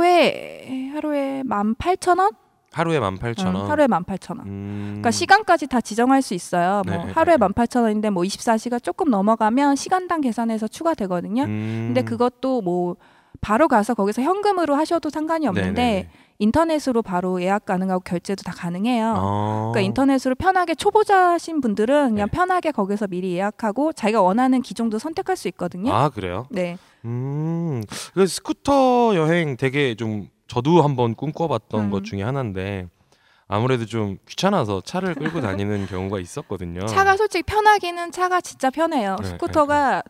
Speaker 2: 하루에 하루에 18,000원?
Speaker 1: 하루에 18,000원.
Speaker 2: 응, 어, 하루에 18,000원.
Speaker 1: 음.
Speaker 2: 그러니까 시간까지 다 지정할 수 있어요.
Speaker 1: 네,
Speaker 2: 뭐
Speaker 1: 네,
Speaker 2: 하루에
Speaker 1: 네.
Speaker 2: 18,000원인데 뭐 24시가 조금 넘어가면 시간당 계산해서 추가되거든요.
Speaker 1: 음.
Speaker 2: 근데 그것도 뭐 바로 가서 거기서 현금으로 하셔도 상관이 없는데
Speaker 1: 네네네.
Speaker 2: 인터넷으로 바로 예약 가능하고 결제도 다 가능해요.
Speaker 1: 어.
Speaker 2: 그러니까 인터넷으로 편하게 초보자신 분들은 그냥
Speaker 1: 네.
Speaker 2: 편하게 거기서 미리 예약하고 자기가 원하는 기종도 선택할 수 있거든요.
Speaker 1: 아 그래요?
Speaker 2: 네.
Speaker 1: 음. 그 스쿠터 여행 되게 좀 저도 한번 꿈꿔봤던
Speaker 2: 음.
Speaker 1: 것 중에 하나인데 아무래도 좀 귀찮아서 차를 끌고 다니는 [LAUGHS] 경우가 있었거든요.
Speaker 2: 차가 솔직히 편하기는 차가 진짜 편해요.
Speaker 1: 어. 네,
Speaker 2: 스쿠터가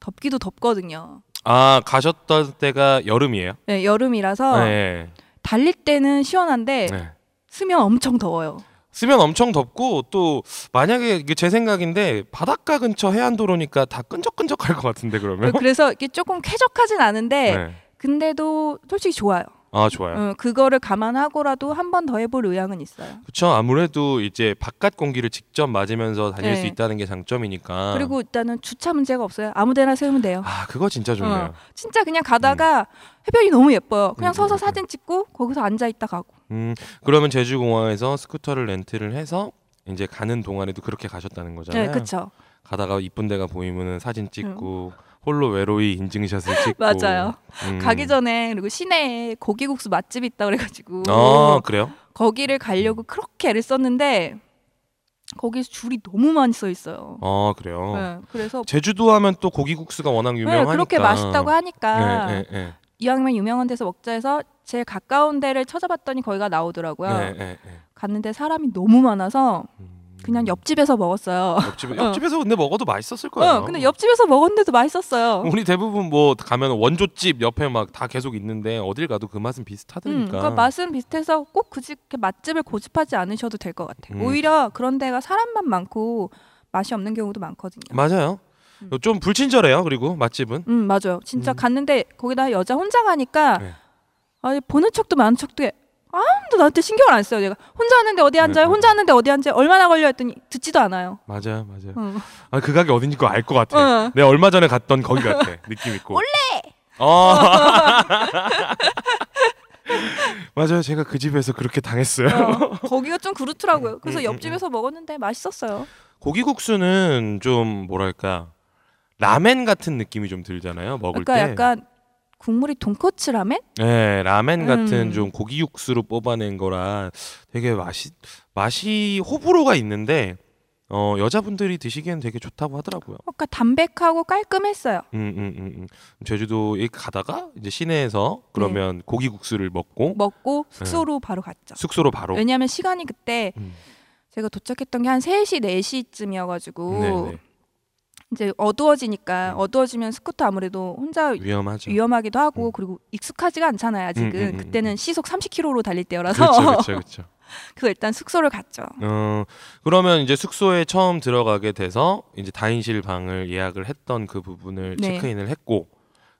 Speaker 2: 덥기도 덥거든요.
Speaker 1: 아 가셨던 때가 여름이에요?
Speaker 2: 네, 여름이라서
Speaker 1: 네.
Speaker 2: 달릴 때는 시원한데
Speaker 1: 네.
Speaker 2: 스면 엄청 더워요.
Speaker 1: 쓰면 엄청 덥고 또 만약에 이게 제 생각인데 바닷가 근처 해안도로니까 다 끈적끈적할 것 같은데 그러면
Speaker 2: 그래서 이게 조금 쾌적하진 않은데
Speaker 1: 네.
Speaker 2: 근데도 솔직히 좋아요.
Speaker 1: 아 좋아요.
Speaker 2: 어, 그거를 감안하고라도 한 번 더 해볼 의향은 있어요.
Speaker 1: 그렇죠. 아무래도 이제 바깥 공기를 직접 맞으면서 다닐
Speaker 2: 네.
Speaker 1: 수 있다는 게 장점이니까.
Speaker 2: 그리고 일단은 주차 문제가 없어요. 아무데나 세우면 돼요.
Speaker 1: 아 그거
Speaker 2: 어.
Speaker 1: 진짜 좋네요.
Speaker 2: 진짜 그냥 가다가 해변이 너무 예뻐요. 그냥
Speaker 1: 음,
Speaker 2: 서서
Speaker 1: 음,
Speaker 2: 사진 찍고 거기서 앉아 있다 가고.
Speaker 1: 음 그러면 제주 공항에서 스쿠터를 렌트를 해서 이제 가는 동안에도 그렇게 가셨다는 거잖아요.
Speaker 2: 네, 그렇죠.
Speaker 1: 가다가 이쁜 데가 보이면은 사진 찍고 홀로 외로이 인증샷을 찍고.
Speaker 2: 맞아요.
Speaker 1: 음.
Speaker 2: 가기 전에 그리고 시내에 고기국수 맛집 있다 그래가지고
Speaker 1: 아 그래요?
Speaker 2: 거기를 가려고 그렇게 애를 썼는데 거기서 줄이 너무 많이 서 있어요.
Speaker 1: 아 그래요.
Speaker 2: 네, 그래서
Speaker 1: 제주도 하면 또 고기국수가 워낙 유명하니까.
Speaker 2: 네, 그렇게 맛있다고 하니까
Speaker 1: 네, 네, 네.
Speaker 2: 이왕이면 유명한 데서 먹자 해서 제일 가까운 데를 찾아봤더니 거기가 나오더라고요.
Speaker 1: 네, 네, 네.
Speaker 2: 갔는데 사람이 너무 많아서
Speaker 1: 음.
Speaker 2: 그냥 옆집에서 먹었어요.
Speaker 1: 옆집
Speaker 2: 어.
Speaker 1: 옆집에서 근데 먹어도 맛있었을 거예요.
Speaker 2: 어, 근데 옆집에서 먹었는데도 맛있었어요.
Speaker 1: 우리 대부분 뭐 가면 원조집 옆에 막 다 계속 있는데 어딜 가도 그 맛은 비슷하다니까.
Speaker 2: 음, 그러니까 맛은 비슷해서 꼭 굳이 이렇게 맛집을 고집하지 않으셔도 될 것 같아요.
Speaker 1: 음.
Speaker 2: 오히려 그런 데가 사람만 많고 맛이 없는 경우도 많거든요.
Speaker 1: 맞아요.
Speaker 2: 음.
Speaker 1: 좀 불친절해요. 그리고 맛집은.
Speaker 2: 음 맞아요. 진짜
Speaker 1: 음.
Speaker 2: 갔는데 거기다 여자 혼자 가니까
Speaker 1: 네.
Speaker 2: 아니 보는 척도 많은 척도 해. 아무도 나한테 신경을 안 써요. 내가 혼자 왔는데 어디 앉아요?
Speaker 1: 네.
Speaker 2: 혼자 왔는데 어디 앉아요? 얼마나 걸려 했더니 듣지도 않아요. 음.
Speaker 1: 맞아요, 맞아요.
Speaker 2: 응.
Speaker 1: 아, 그 가게 어딘지 그거 알것 같아.
Speaker 2: 응.
Speaker 1: 내가 얼마 전에 갔던 거기
Speaker 2: [LAUGHS]
Speaker 1: 같아. 느낌 있고. 원래. 어. [LAUGHS] 맞아요. 제가 그 집에서 그렇게 당했어요. [LAUGHS]
Speaker 2: 어, 거기가 좀 그렇더라고요.
Speaker 1: 음,
Speaker 2: 그래서
Speaker 1: 음,
Speaker 2: 옆집에서 먹었는데 맛있었어요.
Speaker 1: 고기국수는 좀 뭐랄까 라멘 같은 느낌이 좀 들잖아요. 먹을
Speaker 2: 그러니까
Speaker 1: 때.
Speaker 2: 약간 국물이 돈코츠 라멘?
Speaker 1: 네, 라멘 같은
Speaker 2: 음.
Speaker 1: 좀 고기 육수로 뽑아낸 거라 되게 맛이 맛이 호불호가 있는데 어, 여자분들이 드시기엔 되게 좋다고 하더라고요.
Speaker 2: 그러니까 담백하고 깔끔했어요.
Speaker 1: 음, 음, 음, 음. 제주도에 가다가 이제 시내에서
Speaker 2: 네.
Speaker 1: 그러면 고기 국수를 먹고
Speaker 2: 먹고 숙소로 바로 갔죠.
Speaker 1: 음. 숙소로 바로.
Speaker 2: 왜냐하면 시간이 그때
Speaker 1: 음.
Speaker 2: 제가 도착했던 게 한 3시, 4시쯤이어가지고
Speaker 1: 네,
Speaker 2: 이제 어두워지니까
Speaker 1: 음.
Speaker 2: 어두워지면 스쿠터 아무래도 혼자
Speaker 1: 네. 위험하죠.
Speaker 2: 위험하기도 하고
Speaker 1: 음.
Speaker 2: 그리고 익숙하지가 않잖아요 아직은
Speaker 1: 음, 음, 음,
Speaker 2: 그때는 시속 30km로 달릴 때라서
Speaker 1: 그렇죠, 그렇죠, 그렇죠.
Speaker 2: [LAUGHS] 그거 일단 숙소를 갔죠.
Speaker 1: 어, 그러면 이제 숙소에 처음 들어가게 돼서 이제 다인실 방을 예약을 했던 그 부분을
Speaker 2: 네.
Speaker 1: 체크인을 했고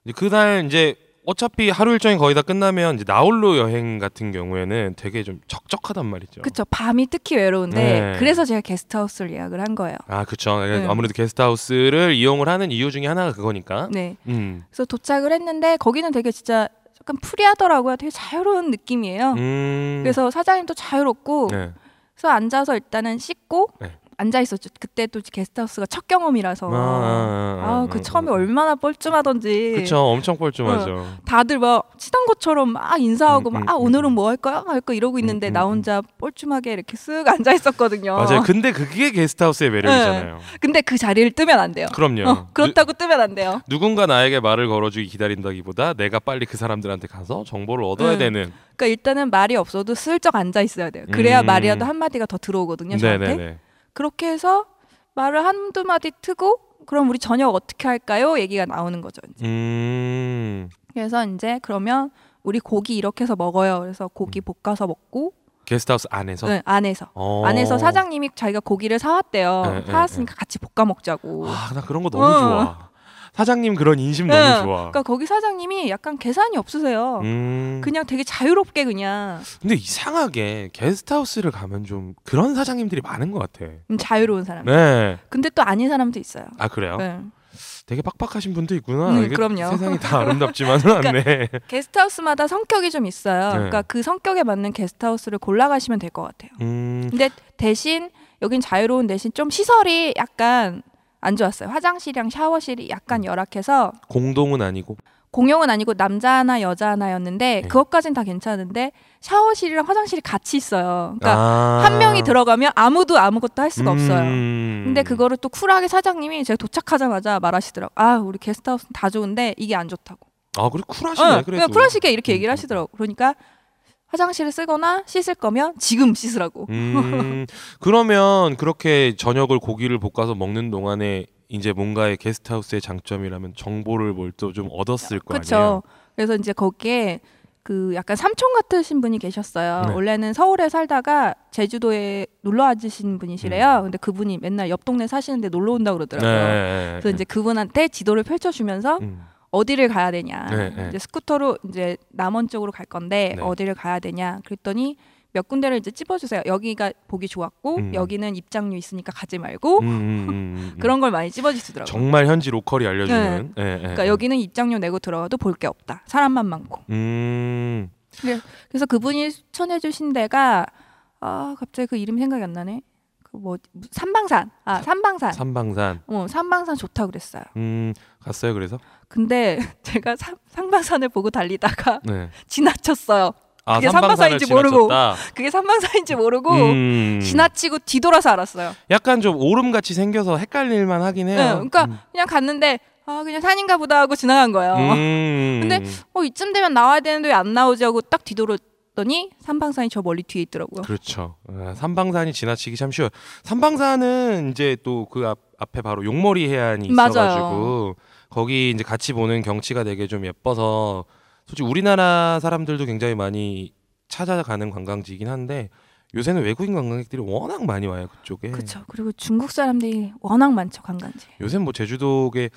Speaker 1: 이제 그날 이제 어차피 하루 일정이 거의 다 끝나면 이제 나홀로 여행 같은 경우에는 되게 좀 적적하단 말이죠.
Speaker 2: 그쵸 밤이 특히 외로운데
Speaker 1: 그렇죠. 네.
Speaker 2: 그래서 제가 게스트하우스를 예약을 한 거예요.
Speaker 1: 아, 그쵸.
Speaker 2: 네.
Speaker 1: 아무래도 게스트하우스를 이용을 하는 이유 중에 하나가 그거니까.
Speaker 2: 네,
Speaker 1: 음.
Speaker 2: 그래서 도착을 했는데 거기는 되게 진짜 약간 프리하더라고요. 되게 자유로운 느낌이에요.
Speaker 1: 음.
Speaker 2: 어. 그래서 사장님도 자유롭고
Speaker 1: 네.
Speaker 2: 그래서 앉아서 일단은 씻고
Speaker 1: 네.
Speaker 2: 앉아 있었죠. 그때 또 게스트하우스가 첫 경험이라서
Speaker 1: 아, 아,
Speaker 2: 어. 아그
Speaker 1: 아,
Speaker 2: 처음에 어.
Speaker 1: 아.
Speaker 2: 얼마나 뻘쭘하던지
Speaker 1: 그쵸. 엄청 뻘쭘하죠.
Speaker 2: 다들 막 친한 것처럼 막 인사하고
Speaker 1: 음,
Speaker 2: 막
Speaker 1: 음,
Speaker 2: 아
Speaker 1: 음,
Speaker 2: 오늘은
Speaker 1: 음.
Speaker 2: 뭐 할 거야 할 거 이러고 있는데
Speaker 1: 음,
Speaker 2: 나
Speaker 1: 음,
Speaker 2: 혼자 뻘쭘하게 이렇게 쓱 [LAUGHS] 앉아 있었거든요.
Speaker 1: 맞아요. 근데 그게 게스트하우스의 매력이잖아요.
Speaker 2: 근데 그 자리를 뜨면 안 돼요.
Speaker 1: 그럼요.
Speaker 2: 어, 그렇다고 뜨면 안 돼요.
Speaker 1: 누군가 나에게 말을 걸어주기 기다린다기보다 내가 빨리 그 사람들한테 가서 정보를 얻어야
Speaker 2: 네.
Speaker 1: 되는.
Speaker 2: 그러니까 일단은 말이 없어도 슬쩍 앉아 있어야 돼요. 그래야
Speaker 1: 음.
Speaker 2: 말이라도 한 마디가 더 들어오거든요. 저한테
Speaker 1: 네네네.
Speaker 2: 그렇게 해서 말을 한두 마디 트고 그럼 우리 저녁 어떻게 할까요? 얘기가 나오는 거죠. 이제.
Speaker 1: 음
Speaker 2: 그래서 이제 그러면 우리 고기 이렇게 해서 먹어요. 그래서 고기 볶아서 먹고
Speaker 1: 게스트하우스 안에서.
Speaker 2: 네, 안에서
Speaker 1: 음. 어.
Speaker 2: 안에서 사장님이 자기가 고기를 사왔대요.
Speaker 1: 네, 네,
Speaker 2: 사왔으니까 같이 볶아 먹자고.
Speaker 1: 아 나 그런 거 너무
Speaker 2: 어.
Speaker 1: 좋아. 사장님 그런 인심
Speaker 2: 네,
Speaker 1: 너무 좋아.
Speaker 2: 그러니까 거기 사장님이 약간 계산이 없으세요.
Speaker 1: 음.
Speaker 2: 그냥 되게 자유롭게 그냥
Speaker 1: 근데 이상하게 게스트하우스를 가면 좀 그런 사장님들이 많은 것 같아.
Speaker 2: 음, 자유로운 사람.
Speaker 1: 네.
Speaker 2: 근데 또 아닌 사람도 있어요.
Speaker 1: 아 그래요?
Speaker 2: 네.
Speaker 1: 되게 빡빡하신 분도 있구나.
Speaker 2: 음,
Speaker 1: 이게
Speaker 2: 그럼요. 그러니까
Speaker 1: 세상이
Speaker 2: [LAUGHS]
Speaker 1: 다 아름답지만은 않네.
Speaker 2: 게스트하우스마다 성격이 좀 있어요.
Speaker 1: 네.
Speaker 2: 그러니까 그 성격에 맞는 게스트하우스를 골라가시면 될 것 같아요.
Speaker 1: 음.
Speaker 2: 근데 대신 여긴 자유로운 대신 좀 시설이 약간 안 좋았어요. 화장실이랑 샤워실이 약간
Speaker 1: 음.
Speaker 2: 열악해서
Speaker 1: 공동은 아니고.
Speaker 2: 공용은 아니고 남자 하나 여자 하나였는데
Speaker 1: 네.
Speaker 2: 그것까진 다 괜찮은데 샤워실이랑 화장실이 같이 있어요. 그러니까
Speaker 1: 아.
Speaker 2: 한 명이 들어가면 아무도 아무것도 할 수가 없어요.
Speaker 1: 음.
Speaker 2: 근데 그거를 또 쿨하게 사장님이 제가 도착하자마자 말하시더라고. 아 우리 게스트하우스는 다 좋은데 이게 안 좋다고.
Speaker 1: 아 그래 쿨하시네.
Speaker 2: 어,
Speaker 1: 그래도.
Speaker 2: 그냥 쿨하시게 이렇게 얘기를
Speaker 1: 음.
Speaker 2: 하시더라고. 그러니까 화장실을 쓰거나 씻을 거면 지금 씻으라고.
Speaker 1: 음, 그러면 그렇게 저녁을 고기를 볶아서 먹는 동안에 이제 뭔가의 게스트하우스의 장점이라면 정보를 뭘또좀 얻었을 거 아니에요.
Speaker 2: 그렇죠. 그래서 이제 거기에 그 약간 삼촌 같으신 분이 계셨어요.
Speaker 1: 네.
Speaker 2: 원래는 서울에 살다가 제주도에 놀러 와주신
Speaker 1: 음.
Speaker 2: 분이시래요. 근데 그분이 맨날 옆 동네 사시는데 놀러 온다 고 그러더라고요. 그래서 이제 그분한테 지도를 펼쳐주면서
Speaker 1: 네, 음.
Speaker 2: 어디를 가야 되냐.
Speaker 1: 네, 네.
Speaker 2: 이제 스쿠터로 이제 남원 쪽으로 갈 건데
Speaker 1: 네.
Speaker 2: 어디를 가야 되냐. 그랬더니 몇 군데를 이제 찝어주세요. 여기가 보기 좋았고
Speaker 1: 음.
Speaker 2: 여기는 입장료 있으니까 가지 말고
Speaker 1: 음, 음, 음, 음.
Speaker 2: 어? 그런 걸 많이 찝어주시더라고요.
Speaker 1: 정말 현지 로컬이 알려주는. 예, 예,
Speaker 2: 그러니까
Speaker 1: 예.
Speaker 2: 여기는 입장료 내고 들어가도 볼 게 없다. 사람만 많고.
Speaker 1: 음.
Speaker 2: 그래서 그분이 추천해주신 데가 아 갑자기 그 이름 생각이 안 나네. 그뭐 삼방산. 아 삼방산.
Speaker 1: 삼방산.
Speaker 2: 어 삼방산 좋다 그랬어요.
Speaker 1: 음. 갔어요. 그래서.
Speaker 2: 근데 [LAUGHS] 제가 삼, 삼방산을 보고 달리다가 [LAUGHS]
Speaker 1: 네.
Speaker 2: 지나쳤어요.
Speaker 1: 아,
Speaker 2: 그게
Speaker 1: 삼방산을
Speaker 2: 삼방산인지 모르고.
Speaker 1: 지나쳤다?
Speaker 2: 그게 삼방산인지 모르고
Speaker 1: 음.
Speaker 2: 지나치고 뒤돌아서 알았어요.
Speaker 1: 약간 좀 오름 같이 생겨서 헷갈릴만 하긴 해요.
Speaker 2: 네, 그러니까 그냥 갔는데 아 그냥 산인가 보다 하고 지나간 거예요.
Speaker 1: 음.
Speaker 2: 근데 어 이쯤 되면 나와야 되는데 왜 안 나오지 하고 딱 뒤돌았더니 삼방산이 저 멀리 뒤에 있더라고요.
Speaker 1: 그렇죠. 아, 삼방산이 지나치기 참 쉬워요. 삼방산은 이제 또 그 앞에 바로 용머리 해안이
Speaker 2: 맞아요.
Speaker 1: 있어가지고 거기 이제 같이 보는 경치가 되게 좀 예뻐서 솔직히 우리나라 사람들도 굉장히 많이 찾아가는 관광지이긴 한데 요새는 외국인 관광객들이 워낙 많이 와요 그쪽에.
Speaker 2: 그렇죠. 그리고 중국 사람들이 워낙 많죠 관광지.
Speaker 1: 요새 뭐 제주도에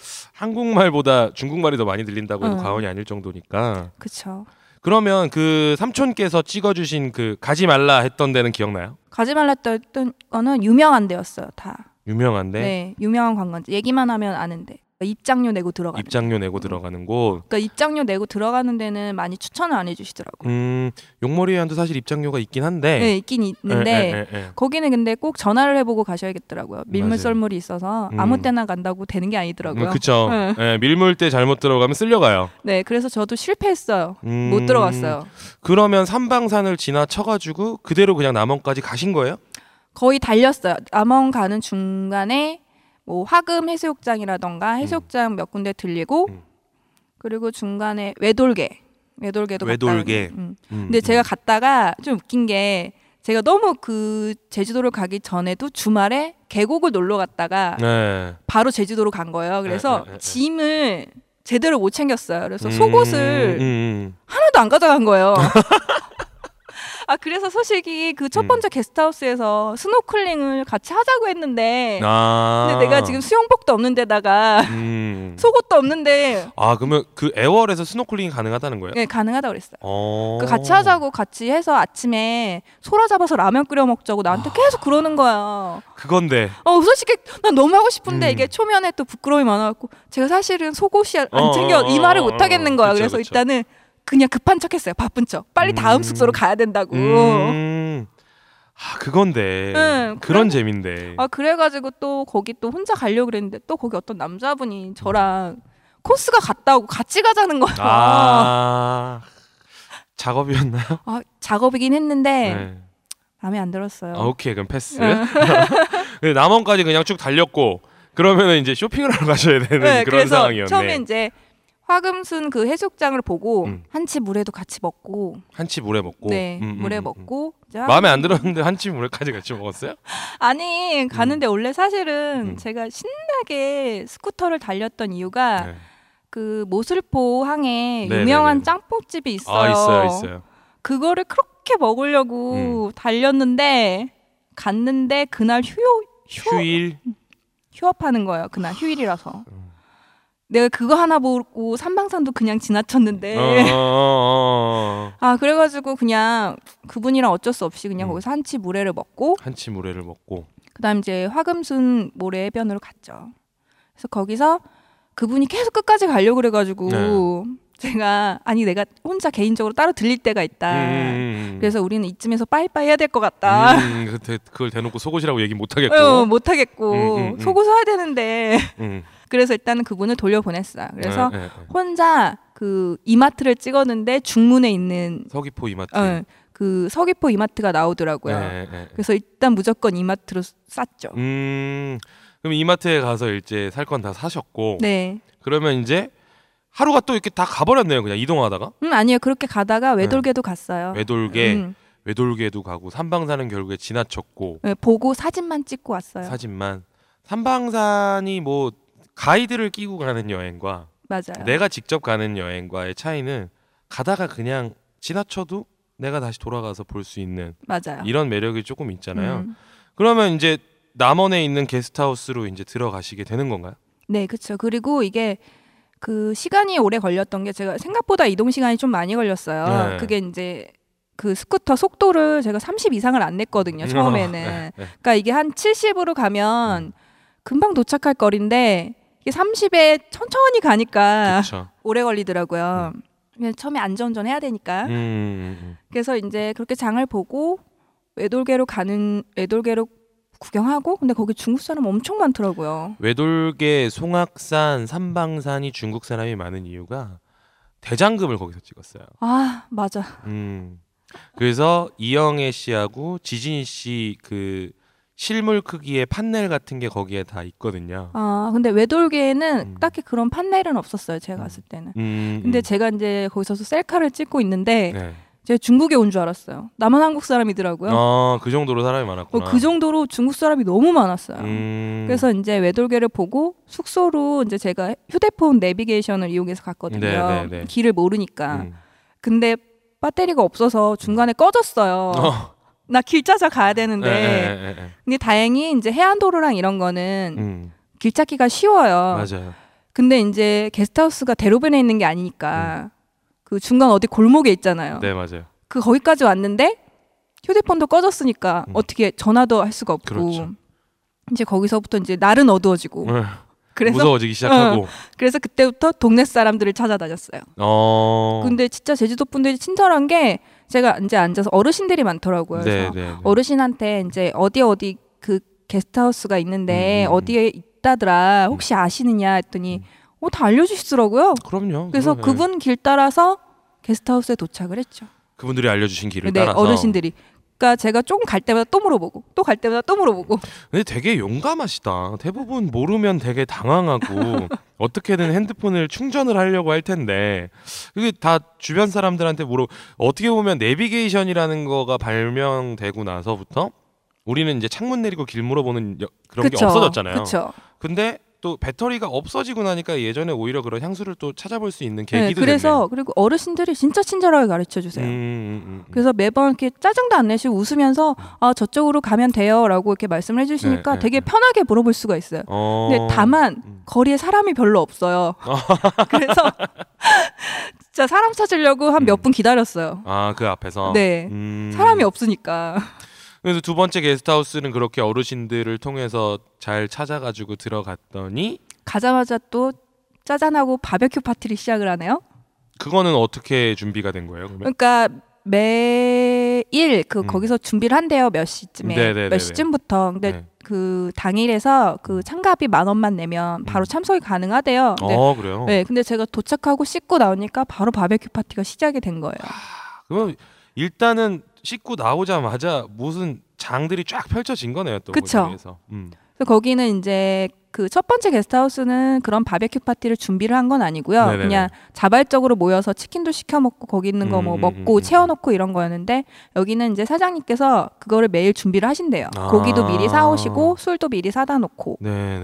Speaker 1: 한국말보다 중국말이 더 많이 들린다고 해도
Speaker 2: 응.
Speaker 1: 과언이 아닐 정도니까.
Speaker 2: 그렇죠.
Speaker 1: 그러면 그 삼촌께서 찍어주신 그 가지 말라 했던 데는 기억나요?
Speaker 2: 가지 말랐다 했던 거는 유명한 데였어요 다.
Speaker 1: 유명한데.
Speaker 2: 네, 유명한 관광지. 얘기만 하면 아는데 그러니까 입장료 내고 들어가는. 데.
Speaker 1: 아, 입장료 내고 들어가는 곳.
Speaker 2: 그러니까 입장료 내고 들어가는 데는 많이 추천을 안 해주시더라고. 요
Speaker 1: 음, 용머리 해안도 사실 입장료가 있긴 한데.
Speaker 2: 네. 있긴 있는데
Speaker 1: 예, 예, 예.
Speaker 2: 거기는 근데 꼭 전화를 해보고 가셔야겠더라고요. 밀물
Speaker 1: 맞아요.
Speaker 2: 썰물이 있어서
Speaker 1: 음.
Speaker 2: 아무 때나 간다고 되는 게
Speaker 1: 음,
Speaker 2: 아니더라고요.
Speaker 1: 그쵸.
Speaker 2: 네.
Speaker 1: 예, 밀물 때 잘못 들어가면 쓸려가요.
Speaker 2: 네, 그래서 저도 실패했어요.
Speaker 1: 음,
Speaker 2: 못 들어갔어요.
Speaker 1: 그러면 삼방산을 지나쳐가지고 그대로 그냥 남원까지 가신 거예요?
Speaker 2: 거의 달렸어요. 남원 가는 중간에 뭐 화금 해수욕장이라던가 해수욕장 몇 군데 들리고
Speaker 1: 음.
Speaker 2: 그리고 중간에 외돌개 외돌개도
Speaker 1: 외돌개.
Speaker 2: 갔다 오고. 음.
Speaker 1: 음,
Speaker 2: 근데
Speaker 1: 음.
Speaker 2: 제가 갔다가 좀 웃긴 게 제가 너무 그 제주도를 가기 전에도 주말에 계곡을 놀러 갔다가
Speaker 1: 네.
Speaker 2: 바로 제주도로 간 거예요.
Speaker 1: 네,
Speaker 2: 그래서
Speaker 1: 네, 네, 네.
Speaker 2: 짐을 제대로 못 챙겼어요. 그래서
Speaker 1: 음,
Speaker 2: 속옷을
Speaker 1: 음, 음.
Speaker 2: 하나도 안 가져간 거예요. [LAUGHS] 아 그래서 소식이 그 첫
Speaker 1: 음.
Speaker 2: 번째 게스트하우스에서 스노클링을 같이 하자고 했는데
Speaker 1: 아.
Speaker 2: 네. 근데 내가 지금 수영복도 없는데다가
Speaker 1: 음.
Speaker 2: 속옷도 없는데
Speaker 1: 아 그러면 그 애월에서 스노클링이 가능하다는 거예요?
Speaker 2: 예, 가능하다고 그랬어요.
Speaker 1: 어.
Speaker 2: 그 같이 하자고 같이 해서 아침에 소라 잡아서 라면 끓여 먹자고
Speaker 1: 아.
Speaker 2: 나한테 계속 그러는 거야.
Speaker 1: 그건데.
Speaker 2: 어 솔직히 난 너무 하고 싶은데
Speaker 1: 음.
Speaker 2: 이게 초면에 또 부끄러움이 많아갖고 제가 사실은 속옷이 안
Speaker 1: 어,
Speaker 2: 챙겨 이 말을
Speaker 1: 어,
Speaker 2: 못 하겠는
Speaker 1: 어,
Speaker 2: 거야.
Speaker 1: 그쵸,
Speaker 2: 그래서
Speaker 1: 그쵸.
Speaker 2: 일단은 그냥 급한 척했어요. 바쁜 척. 빨리 다음
Speaker 1: 음.
Speaker 2: 숙소로 가야 된다고.
Speaker 1: 음. 아 그건데.
Speaker 2: 응,
Speaker 1: 그런
Speaker 2: 그럼-
Speaker 1: 재미인데.
Speaker 2: 아 그래가지고 또 거기 또 혼자 가려고 그랬는데 또 거기 어떤 남자분이 저랑 코스가 같다고 같이 가자는 거야. 아,
Speaker 1: 아 [LAUGHS] 작업이었나요?
Speaker 2: 작업이긴 했는데
Speaker 1: 네.
Speaker 2: 마음에 안 들었어요.
Speaker 1: 아, 오케이 그럼 패스. [LAUGHS] 네, 남원까지 그냥 쭉 달렸고 그러면 이제 쇼핑을 하러 가셔야 되는
Speaker 2: 네,
Speaker 1: 그런
Speaker 2: 그래서
Speaker 1: 상황이었네.
Speaker 2: 처음에 이제 화금순 그 해수욕장을 보고
Speaker 1: 음.
Speaker 2: 한치 물에도 같이 먹고
Speaker 1: 한치 물에 먹고.
Speaker 2: 네
Speaker 1: 음, 음,
Speaker 2: 물에
Speaker 1: 음, 음.
Speaker 2: 먹고 이제
Speaker 1: 마음에 안 들었는데 한치 물에까지 같이 먹었어요?
Speaker 2: 아니 가는데 원래
Speaker 1: 음.
Speaker 2: 사실은 제가 신나게 스쿠터를 달렸던 이유가
Speaker 1: 네.
Speaker 2: 그 모슬포 항에
Speaker 1: 네, 네,
Speaker 2: 유명한
Speaker 1: 네.
Speaker 2: 짬뽕집이 있어요.
Speaker 1: 아 있어요 있어요.
Speaker 2: 그거를 그렇게 먹으려고
Speaker 1: 음.
Speaker 2: 달렸는데 갔는데 그날 휴요 휴,
Speaker 1: 휴일. 아.
Speaker 2: 휴업하는 거예요. 그날 휴일이라서. 내가 그거 하나 보고 삼방산도 그냥 지나쳤는데
Speaker 1: 어, 어, 어, 어.
Speaker 2: [LAUGHS] 아 그래가지고 그냥 그분이랑 어쩔 수 없이 그냥
Speaker 1: 음.
Speaker 2: 거기서 한치 물회를 먹고
Speaker 1: 한치 물회를 먹고.
Speaker 2: 그다음 이제 화금순 모래 해변으로 갔죠. 그래서 거기서 그분이 계속 끝까지 가려고 그래가지고
Speaker 1: 네.
Speaker 2: 제가 아니 내가 혼자 개인적으로 따로 들릴 때가 있다.
Speaker 1: 음.
Speaker 2: 아, 그래서 우리는 이쯤에서 빠이빠이 해야 될 것 같다.
Speaker 1: 음, 그때 그걸 대놓고 속옷이라고 얘기 못 하겠고.
Speaker 2: 어, 못 하겠고
Speaker 1: 음, 음, 음.
Speaker 2: 속옷 사야 되는데 [LAUGHS]
Speaker 1: 음.
Speaker 2: 그래서 일단은 그분을 돌려보냈어요. 그래서
Speaker 1: 네, 네, 네.
Speaker 2: 혼자 그 이마트를 찍었는데 중문에 있는
Speaker 1: 서귀포 이마트.
Speaker 2: 어, 그 서귀포 이마트가 나오더라고요.
Speaker 1: 네, 네, 네.
Speaker 2: 그래서 일단 무조건 이마트로 쌌죠.
Speaker 1: 음 그럼 이마트에 가서 이제 살 건 다 사셨고
Speaker 2: 네.
Speaker 1: 그러면 이제 하루가 또 이렇게 다 가버렸네요 그냥 이동하다가
Speaker 2: 음 아니요 그렇게 가다가 외돌개도 갔어요.
Speaker 1: 네. 외돌개
Speaker 2: 음,
Speaker 1: 외돌개도 가고 삼방산은 결국에 지나쳤고
Speaker 2: 네, 보고 사진만 찍고 왔어요.
Speaker 1: 사진만 삼방산이 뭐 가이드를 끼고 가는 여행과
Speaker 2: 맞아요.
Speaker 1: 내가 직접 가는 여행과의 차이는 가다가 그냥 지나쳐도 내가 다시 돌아가서 볼 수 있는
Speaker 2: 맞아요.
Speaker 1: 이런 매력이 조금 있잖아요
Speaker 2: 음,
Speaker 1: 그러면 이제 남원에 있는 게스트하우스로 이제 들어가시게 되는 건가요?
Speaker 2: 네, 그렇죠. 그리고 이게 그 시간이 오래 걸렸던 게 제가 생각보다 이동 시간이 좀 많이 걸렸어요.
Speaker 1: 네.
Speaker 2: 그게 이제 그 스쿠터 속도를 제가 30 이상을 안 냈거든요. 처음에는.
Speaker 1: [LAUGHS] 네, 음. 네.
Speaker 2: 그러니까 이게 한 70으로 가면 금방 도착할 거리인데 이게 30에 천천히 가니까
Speaker 1: 그렇죠.
Speaker 2: 오래 걸리더라고요. 그냥 처음에 안전운전 해야 되니까.
Speaker 1: 음, 음,
Speaker 2: 그래서 이제 그렇게 장을 보고 외돌개로 가는 외돌개로 구경하고 근데 거기 중국 사람 엄청 많더라고요.
Speaker 1: 외돌계, 송악산, 삼방산이 중국 사람이 많은 이유가 대장금을 거기서 찍었어요.
Speaker 2: 아 맞아.
Speaker 1: 음. 그래서 이영애 씨하고 지진이 씨 그 실물 크기의 판넬 같은 게 거기에 다 있거든요.
Speaker 2: 아 근데 외돌개에는
Speaker 1: 음.
Speaker 2: 딱히 그런 판넬은 없었어요. 제가 갔을 때는.
Speaker 1: 음,
Speaker 2: 근데
Speaker 1: 음.
Speaker 2: 제가 이제 거기서서 셀카를 찍고 있는데
Speaker 1: 네.
Speaker 2: 제가 중국에 온 줄 알았어요. 남한 한국 사람이더라고요.
Speaker 1: 아, 그 정도로 사람이
Speaker 2: 어,
Speaker 1: 많았구나.
Speaker 2: 그 정도로 중국 사람이 너무 많았어요.
Speaker 1: 음.
Speaker 2: 그래서 이제 외돌개를 보고 숙소로 이제 제가 휴대폰 내비게이션을 이용해서 갔거든요.
Speaker 1: 네, 네, 네.
Speaker 2: 길을 모르니까.
Speaker 1: 음.
Speaker 2: 근데 배터리가 없어서 중간에 꺼졌어요.
Speaker 1: 어.
Speaker 2: [LAUGHS] 나 길 찾아 가야 되는데.
Speaker 1: 예, 예, 예, 예.
Speaker 2: 근데 다행히 이제 해안도로랑 이런 거는
Speaker 1: 음.
Speaker 2: 길 찾기가 쉬워요.
Speaker 1: 맞아요.
Speaker 2: 근데 이제 게스트하우스가 대로변에 있는 게 아니니까 그 중간 어디 골목에 있잖아요.
Speaker 1: 네, 맞아요.
Speaker 2: 그 거기까지 왔는데 휴대폰도 꺼졌으니까
Speaker 1: 음.
Speaker 2: 어떻게 전화도 할 수가 없고
Speaker 1: 그렇죠.
Speaker 2: 이제 거기서부터 이제 날은 어두워지고
Speaker 1: 음.
Speaker 2: 그래서
Speaker 1: 무서워지기 시작하고.
Speaker 2: 그래서 그때부터 동네 사람들을 찾아다녔어요.
Speaker 1: 어.
Speaker 2: 근데 진짜 제주도 분들이 친절한 게 제가 이제 앉아서 어르신들이 많더라고요.
Speaker 1: 네, 네.
Speaker 2: 그래서
Speaker 1: 네.
Speaker 2: 어르신한테 이제 어디 어디 그 게스트하우스가
Speaker 1: 음,
Speaker 2: 있는데
Speaker 1: 음, 음.
Speaker 2: 어디에 있다더라 혹시 아시느냐 했더니 어 다 알려주시더라고요.
Speaker 1: 그럼요.
Speaker 2: 그래서
Speaker 1: 그럼요.
Speaker 2: 그분 길 따라서 게스트하우스에 도착을 했죠.
Speaker 1: 그분들이 알려주신 길을
Speaker 2: 네,
Speaker 1: 따라서
Speaker 2: 어르신들이. 그러니까 제가 조금 갈 때마다 또 물어보고 또 갈 때마다 또 물어보고.
Speaker 1: 근데 되게 용감하시다. 대부분 모르면 되게
Speaker 2: [LAUGHS]
Speaker 1: 당황하고 어떻게든 핸드폰을 충전을 하려고 할 텐데 그게 다 주변 사람들한테 물어. 어떻게 보면 내비게이션이라는 거가 발명되고 나서부터 우리는 이제 창문 내리고 길 물어보는 여- 그런 게 없어졌잖아요.
Speaker 2: 그렇죠.
Speaker 1: 근데 또 배터리가 없어지고 나니까 예전에 오히려 그런 향수를 또 찾아볼 수 있는
Speaker 2: 네,
Speaker 1: 계기도
Speaker 2: 그래서 그리고 어르신들이 진짜 친절하게 가르쳐 주세요.
Speaker 1: 됐네. 음, 음, 음, 음.
Speaker 2: 그래서 매번 이렇게 짜증도 안 내시고 웃으면서 아 저쪽으로 가면 돼요라고 이렇게 말씀을 해주시니까
Speaker 1: 네, 네,
Speaker 2: 되게
Speaker 1: 네.
Speaker 2: 편하게 물어볼 수가 있어요.
Speaker 1: 어...
Speaker 2: 근데 다만
Speaker 1: 음.
Speaker 2: 거리에 사람이 별로
Speaker 1: [LAUGHS]
Speaker 2: 없어요. 그래서 [LAUGHS] 진짜 사람 찾으려고 한 몇
Speaker 1: 음.
Speaker 2: 분 기다렸어요.
Speaker 1: 아그 앞에서
Speaker 2: 네.
Speaker 1: 음.
Speaker 2: 사람이 없으니까.
Speaker 1: 그래서 두 번째 게스트하우스는 그렇게 어르신들을 통해서 잘 찾아가지고 들어갔더니
Speaker 2: 가자마자 또 짜잔하고 바베큐 파티를 시작을 하네요.
Speaker 1: 그거는 어떻게 준비가 된 거예요? 그러면?
Speaker 2: 그러니까 매일 그
Speaker 1: 음.
Speaker 2: 거기서 준비를 한대요. 몇 시쯤에.
Speaker 1: 네네네네.
Speaker 2: 몇 시쯤부터. 근데
Speaker 1: 네.
Speaker 2: 그 당일에서 그 참가비 만 원만 내면 바로
Speaker 1: 음.
Speaker 2: 참석이 가능하대요. 근데
Speaker 1: 어 그래요.
Speaker 2: 네, 근데 제가 도착하고 씻고 나오니까 바로 바베큐 파티가 시작이 된 거예요.
Speaker 1: 그럼 일단은 씻고 나오자마자 무슨 장들이 쫙 펼쳐진 거네요. 또
Speaker 2: 그쵸.
Speaker 1: 거기에서. 음.
Speaker 2: 그래서 거기는 이제 그 첫 번째 게스트하우스는 그런 바베큐 파티를 준비를 한 건 아니고요.
Speaker 1: 네네네.
Speaker 2: 그냥 자발적으로 모여서 치킨도 시켜 먹고 거기 있는 거 뭐
Speaker 1: 음,
Speaker 2: 먹고
Speaker 1: 음, 음.
Speaker 2: 채워놓고 이런 거였는데 여기는 이제 사장님께서 그거를 매일 준비를 하신대요.
Speaker 1: 아.
Speaker 2: 고기도 미리 사오시고 술도 미리 사다 놓고.
Speaker 1: 네네.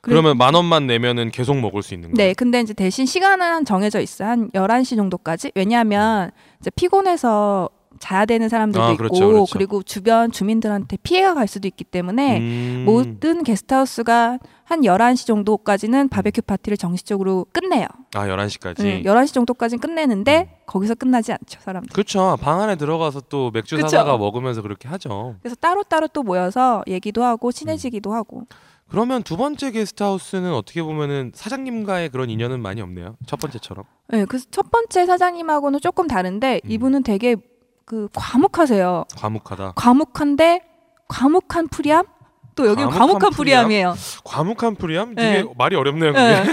Speaker 2: 그래-
Speaker 1: 그러면 만 원만 내면은 계속 먹을 수 있는 거예요.
Speaker 2: 네, 근데 이제 대신 시간은 정해져 있어요. 한 11시 정도까지. 왜냐하면 이제 피곤해서 자야 되는 사람들도
Speaker 1: 아,
Speaker 2: 있고
Speaker 1: 그렇죠, 그렇죠.
Speaker 2: 리고 주변 주민들한테 피해가 갈 수도 있기 때문에
Speaker 1: 음.
Speaker 2: 모든 게스트하우스가 한 11시 정도까지는 바베큐 파티를 정식적으로 끝내요.
Speaker 1: 아 11시까지.
Speaker 2: 네, 11시 정도까지는 끝내는데 거기서 끝나지 않죠, 사람들.
Speaker 1: 그렇죠. 방 안에 들어가서 또 맥주
Speaker 2: 그쵸.
Speaker 1: 사다가 먹으면서 그렇게 하죠.
Speaker 2: 그래서 따로따로 또 모여서 얘기도 하고 친해지기도 하고.
Speaker 1: 그러면 두 번째 게스트하우스는 어떻게 보면은 사장님과의 그런 인연은 많이 없네요. 첫 번째처럼.
Speaker 2: 네, 그래서 첫 번째 사장님하고는 조금 다른데
Speaker 1: 음.
Speaker 2: 이분은 되게 그 과묵하세요.
Speaker 1: 과묵하다.
Speaker 2: 과묵한데 과묵한 프리함? 또 여기는 과묵한,
Speaker 1: 과묵한
Speaker 2: 프리함이에요.
Speaker 1: 과묵한 프리함?
Speaker 2: 네.
Speaker 1: 이게 말이 어렵네요. 그게.
Speaker 2: 네.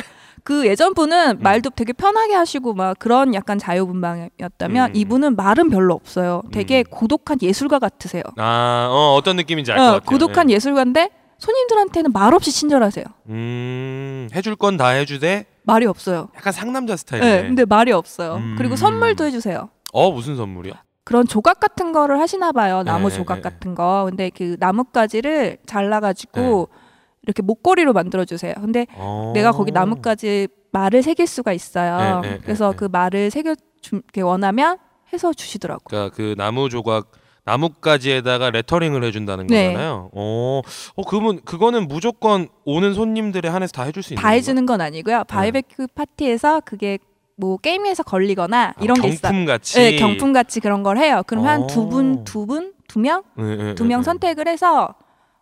Speaker 2: 그 예전 분은
Speaker 1: 음.
Speaker 2: 말도 되게 편하게 하시고 막 그런 약간 자유분방이었다면
Speaker 1: 음.
Speaker 2: 이분은 말은 별로 없어요. 되게
Speaker 1: 음.
Speaker 2: 고독한 예술가 같으세요.
Speaker 1: 아, 어, 어떤 느낌인지 알 것
Speaker 2: 어,
Speaker 1: 같아요.
Speaker 2: 고독한
Speaker 1: 네.
Speaker 2: 예술가인데 손님들한테는 말없이 친절하세요.
Speaker 1: 음, 해줄 건 다 해주되
Speaker 2: 말이 없어요.
Speaker 1: 약간 상남자
Speaker 2: 네,
Speaker 1: 스타일이네.
Speaker 2: 근데 말이 없어요.
Speaker 1: 음.
Speaker 2: 그리고 선물도 해주세요.
Speaker 1: 어, 무슨 선물이요?
Speaker 2: 그런 조각 같은 거를 하시나 봐요. 나무
Speaker 1: 네,
Speaker 2: 조각
Speaker 1: 네.
Speaker 2: 같은 거. 근데 그 나뭇가지를 잘라가지고
Speaker 1: 네.
Speaker 2: 이렇게 목걸이로 만들어주세요. 근데
Speaker 1: 어.
Speaker 2: 내가 거기 나뭇가지 말을 새길 수가 있어요.
Speaker 1: 네, 네,
Speaker 2: 그래서
Speaker 1: 네,
Speaker 2: 그 말을 새겨 주, 이렇게 원하면 해서 주시더라고.
Speaker 1: 그러니까 그 나무 조각 나뭇가지에다가 레터링을 해준다는
Speaker 2: 네.
Speaker 1: 거잖아요. 어, 어 그분 그거는 무조건 오는 손님들에 한해서 다 해줄 수 있는
Speaker 2: 다 해주는 건
Speaker 1: 네.
Speaker 2: 아니고요. 바베큐 파티에서 그게 뭐 게임에서 걸리거나 이런 게 있어요.
Speaker 1: 아, 경품 같이.
Speaker 2: 네, 경품 같이 그런 걸 해요. 그럼 한 두
Speaker 1: 어. 네,
Speaker 2: 분, 두 분, 두 명,
Speaker 1: 예,
Speaker 2: 두 명 선택을 해서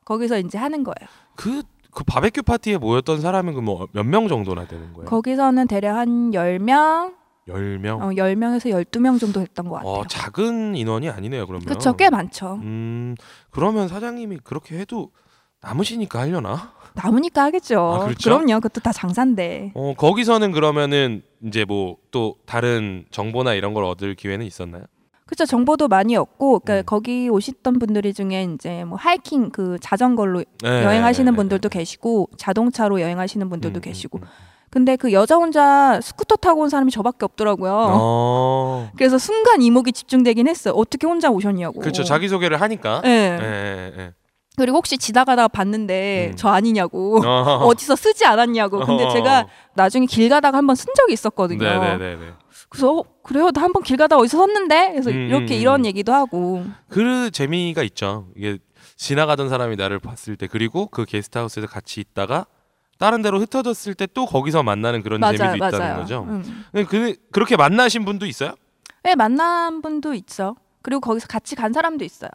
Speaker 2: 거기서 이제 하는 거예요.
Speaker 1: 그, 그 바베큐 파티에 모였던 사람은 그뭐몇 명 정도나 되는 거예요?
Speaker 2: 거기서는 대략 한 10명,
Speaker 1: 열
Speaker 2: 어,
Speaker 1: 네. 명.
Speaker 2: 10명에서 12명 정도 했던 것 같아요.
Speaker 1: 어, 작은 인원이 아니네요. 그러면.
Speaker 2: 그렇죠. 꽤 많죠.
Speaker 1: 음, 그러면 사장님이 그렇게 해도 남으시니까 하려나?
Speaker 2: 남으니까 하겠죠.
Speaker 1: 아, 그렇죠?
Speaker 2: 럼요 그것도 다 장사인데.
Speaker 1: 어, 거기서는 그러면은 이제 뭐 또 다른 정보나 이런 걸 얻을 기회는 있었나요?
Speaker 2: 그렇죠. 정보도 많이 얻고
Speaker 1: 음.
Speaker 2: 그러니까 거기 오셨던 분들이 중에 이제 뭐 하이킹 그 자전거로
Speaker 1: 네,
Speaker 2: 여행하시는
Speaker 1: 네, 네,
Speaker 2: 분들도
Speaker 1: 네.
Speaker 2: 계시고 자동차로 여행하시는
Speaker 1: 음,
Speaker 2: 분들도
Speaker 1: 음,
Speaker 2: 계시고.
Speaker 1: 음.
Speaker 2: 근데 그 여자 혼자 스쿠터 타고 온 사람이 저밖에 없더라고요.
Speaker 1: 어.
Speaker 2: 그래서 순간 이목이 집중되긴 했어. 요 어떻게 혼자 오셨냐고.
Speaker 1: 그렇죠. 자기 소개를 하니까.
Speaker 2: 예.
Speaker 1: 예, 예, 예.
Speaker 2: 그리고 혹시 지나가다가 봤는데
Speaker 1: 음.
Speaker 2: 저 아니냐고.
Speaker 1: 어.
Speaker 2: [LAUGHS] 어디서 쓰지 않았냐고. 근데
Speaker 1: 어.
Speaker 2: 제가 나중에 길 가다가 한번 쓴 적이 있었거든요.
Speaker 1: 네, 네, 네, 네.
Speaker 2: 그래서 어, 그래요. 나 한번 길 가다가 어디서 섰는데. 그래서
Speaker 1: 음, 음,
Speaker 2: 이렇게
Speaker 1: 음.
Speaker 2: 이런 얘기도 하고.
Speaker 1: 그 재미가 있죠. 이게 지나가던 사람이 나를 봤을 때 그리고 그 게스트하우스에서 같이 있다가 다른 데로 흩어졌을 때 또 거기서 만나는 그런
Speaker 2: 맞아요,
Speaker 1: 재미도
Speaker 2: 맞아요.
Speaker 1: 있다는 거죠.
Speaker 2: 음.
Speaker 1: 그 그렇게 만나신 분도 있어요?
Speaker 2: 네, 만난 분도 있죠. 그리고 거기서 같이 간 사람도 있어요.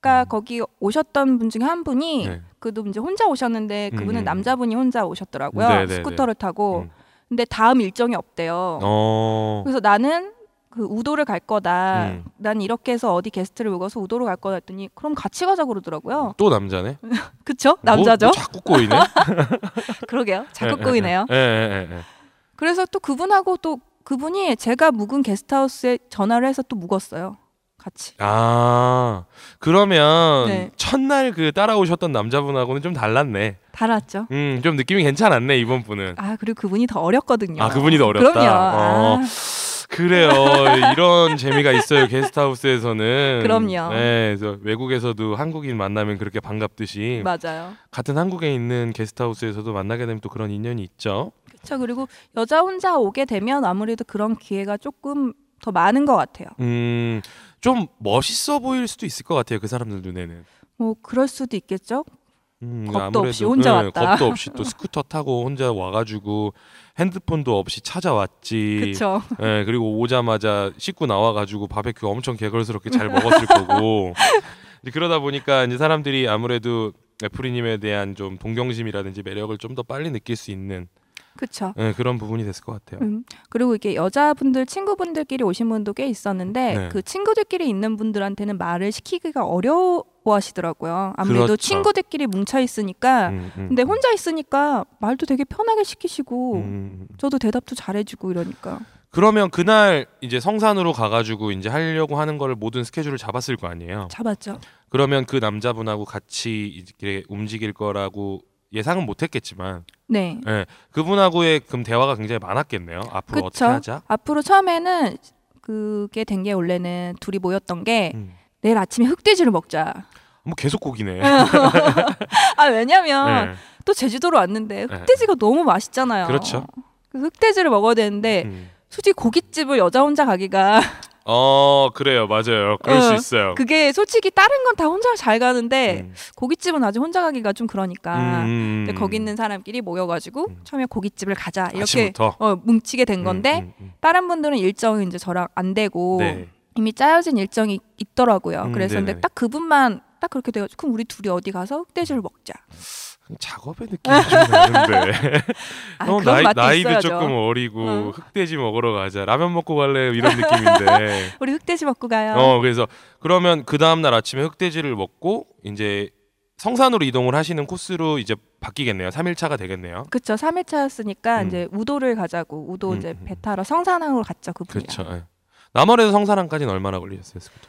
Speaker 2: 그러니까 거기 오셨던 분 중에 한 분이
Speaker 1: 음. 네.
Speaker 2: 그도 이제 혼자 오셨는데 그분은
Speaker 1: 음.
Speaker 2: 남자분이 혼자 오셨더라고요.
Speaker 1: 네, 네, 네.
Speaker 2: 스쿠터를 타고.
Speaker 1: 음.
Speaker 2: 근데 다음 일정이 없대요.
Speaker 1: 어.
Speaker 2: 그래서 나는 그 우도를 갈 거다.
Speaker 1: 음.
Speaker 2: 난 이렇게 해서 어디 게스트를 묵어서 우도로 갈 거다 했더니 그럼 같이 가자 그러더라고요.
Speaker 1: 또 남자네.
Speaker 2: 그쵸? 남자죠?
Speaker 1: 음. 뭐, 뭐 자꾸 꼬이네.
Speaker 2: [LAUGHS] 그러게요.
Speaker 1: 예,
Speaker 2: 자꾸
Speaker 1: 예,
Speaker 2: 꼬이네요.
Speaker 1: 예, 예, 예, 예.
Speaker 2: 그래서 또 그분하고 또 그분이 제가 묵은 게스트하우스에 전화를 해서 또 묵었어요. 같이.
Speaker 1: 아 그러면
Speaker 2: 네.
Speaker 1: 첫날 그 따라오셨던 남자분하고는 좀 달랐네.
Speaker 2: 달았죠.
Speaker 1: 음 좀 느낌이 괜찮았네 이번 분은.
Speaker 2: 아 그리고 그분이 더 어렸거든요.
Speaker 1: 아 그분이 더 어렸다.
Speaker 2: 그럼요.
Speaker 1: 어.
Speaker 2: 아, [LAUGHS]
Speaker 1: 그래요. 이런 재미가 있어요. 게스트하우스에서는.
Speaker 2: 그럼요.
Speaker 1: 네, 그래서 외국에서도 한국인 만나면 그렇게 반갑듯이
Speaker 2: 맞아요.
Speaker 1: 같은 한국에 있는 게스트하우스에서도 만나게 되면 또 그런 인연이 있죠.
Speaker 2: 그렇죠. 그리고 여자 혼자 오게 되면 아무래도 그런 기회가 조금 더 많은 것 같아요.
Speaker 1: 음, 좀 멋있어 보일 수도 있을 것 같아요. 그 사람들 눈에는.
Speaker 2: 뭐 그럴 수도 있겠죠.
Speaker 1: 음,
Speaker 2: 겁도 없이 혼자 왔다.
Speaker 1: 겁도 없이 또 스쿠터 타고 혼자 와가지고 핸드폰도 없이 찾아왔지.
Speaker 2: 그렇죠.
Speaker 1: 예, 그리고 오자마자 씻고 나와가지고 바베큐 엄청 개걸스럽게 잘 먹었을 거고 이제 그러다 보니까 이제 사람들이 아무래도 애프리님에 대한 좀 동경심이라든지 매력을 좀 더 빨리 느낄 수 있는
Speaker 2: [LAUGHS] 그렇죠.
Speaker 1: 예, 그런 부분이 됐을 것 같아요.
Speaker 2: 음, 그리고 이게 여자분들 친구분들끼리 오신 분도 꽤 있었는데
Speaker 1: 네.
Speaker 2: 그 친구들끼리 있는 분들한테는 말을 시키기가 어려워하시더라고요. 아무래도
Speaker 1: 그렇죠.
Speaker 2: 친구들끼리 뭉쳐 있으니까.
Speaker 1: 음, 음.
Speaker 2: 근데 뭐 혼자 있으니까 말도 되게 편하게 시키시고
Speaker 1: 음, 음.
Speaker 2: 저도 대답도 잘해주고 이러니까
Speaker 1: 그러면 그날 이제 성산으로 가가지고 이제 하려고 하는 거를 모든 스케줄을 잡았을 거 아니에요.
Speaker 2: 잡았죠.
Speaker 1: 그러면 그 남자분하고 같이 이렇게 움직일 거라고 예상은 못했겠지만 예,
Speaker 2: 네.
Speaker 1: 그분하고의 그럼 대화가 굉장히 많았겠네요. 앞으로 어떻게
Speaker 2: 그쵸.
Speaker 1: 하자.
Speaker 2: 앞으로 처음에는 그게 된 게 원래는 둘이 모였던 게
Speaker 1: 음.
Speaker 2: 내일 아침에 흑돼지를 먹자.
Speaker 1: 뭐 계속 고기네.
Speaker 2: [LAUGHS] 아 왜냐면
Speaker 1: 네.
Speaker 2: 또 제주도로 왔는데 흑돼지가 너무 맛있잖아요.
Speaker 1: 그렇죠.
Speaker 2: 그래서 흑돼지를 먹어야 되는데
Speaker 1: 음. 그렇죠.
Speaker 2: 솔직히 고깃집을 여자 혼자 가기가
Speaker 1: 어 그래요 맞아요 그럴
Speaker 2: 어,
Speaker 1: 수 있어요.
Speaker 2: 그게 솔직히 다른 건 다 혼자 잘 가는데
Speaker 1: 음.
Speaker 2: 고깃집은 아직 혼자 가기가 좀 그러니까
Speaker 1: 음.
Speaker 2: 근데 거기 있는 사람끼리 모여가지고
Speaker 1: 음.
Speaker 2: 처음에 고깃집을 가자 이렇게
Speaker 1: 아침부터
Speaker 2: 어, 뭉치게 된 건데
Speaker 1: 음, 음,
Speaker 2: 다른 분들은 일정이 이제 저랑 안
Speaker 1: 음.
Speaker 2: 되고
Speaker 1: 네.
Speaker 2: 이미 짜여진 일정이 있더라고요.
Speaker 1: 음,
Speaker 2: 그래서
Speaker 1: 네네.
Speaker 2: 근데 딱 그분만 딱 그렇게 돼가지고 그럼 우리 둘이 어디 가서 흑돼지를 먹자.
Speaker 1: 작업의 느낌이 좀 나는데
Speaker 2: [LAUGHS] 아,
Speaker 1: 너무
Speaker 2: 그런 맛도
Speaker 1: 나이도
Speaker 2: 있어야죠.
Speaker 1: 조금 어리고
Speaker 2: 응.
Speaker 1: 흑돼지 먹으러 가자 라면 먹고 갈래요 이런
Speaker 2: [LAUGHS]
Speaker 1: 느낌인데
Speaker 2: 우리 흑돼지 먹고 가요.
Speaker 1: 어 그래서 그러면 그 다음 날 아침에 흑돼지를 먹고 이제 성산으로 이동을 하시는 코스로 이제 바뀌겠네요 3일차가 되겠네요
Speaker 2: 그쵸. 3일차였으니까
Speaker 1: 음.
Speaker 2: 이제 우도를 가자고 우도
Speaker 1: 음,
Speaker 2: 이제
Speaker 1: 음.
Speaker 2: 배 타러 성산항으로 갔죠 그분이.
Speaker 1: 그렇죠 예. 남원에서 성산항까지는 얼마나 걸리셨어요 스쿠터로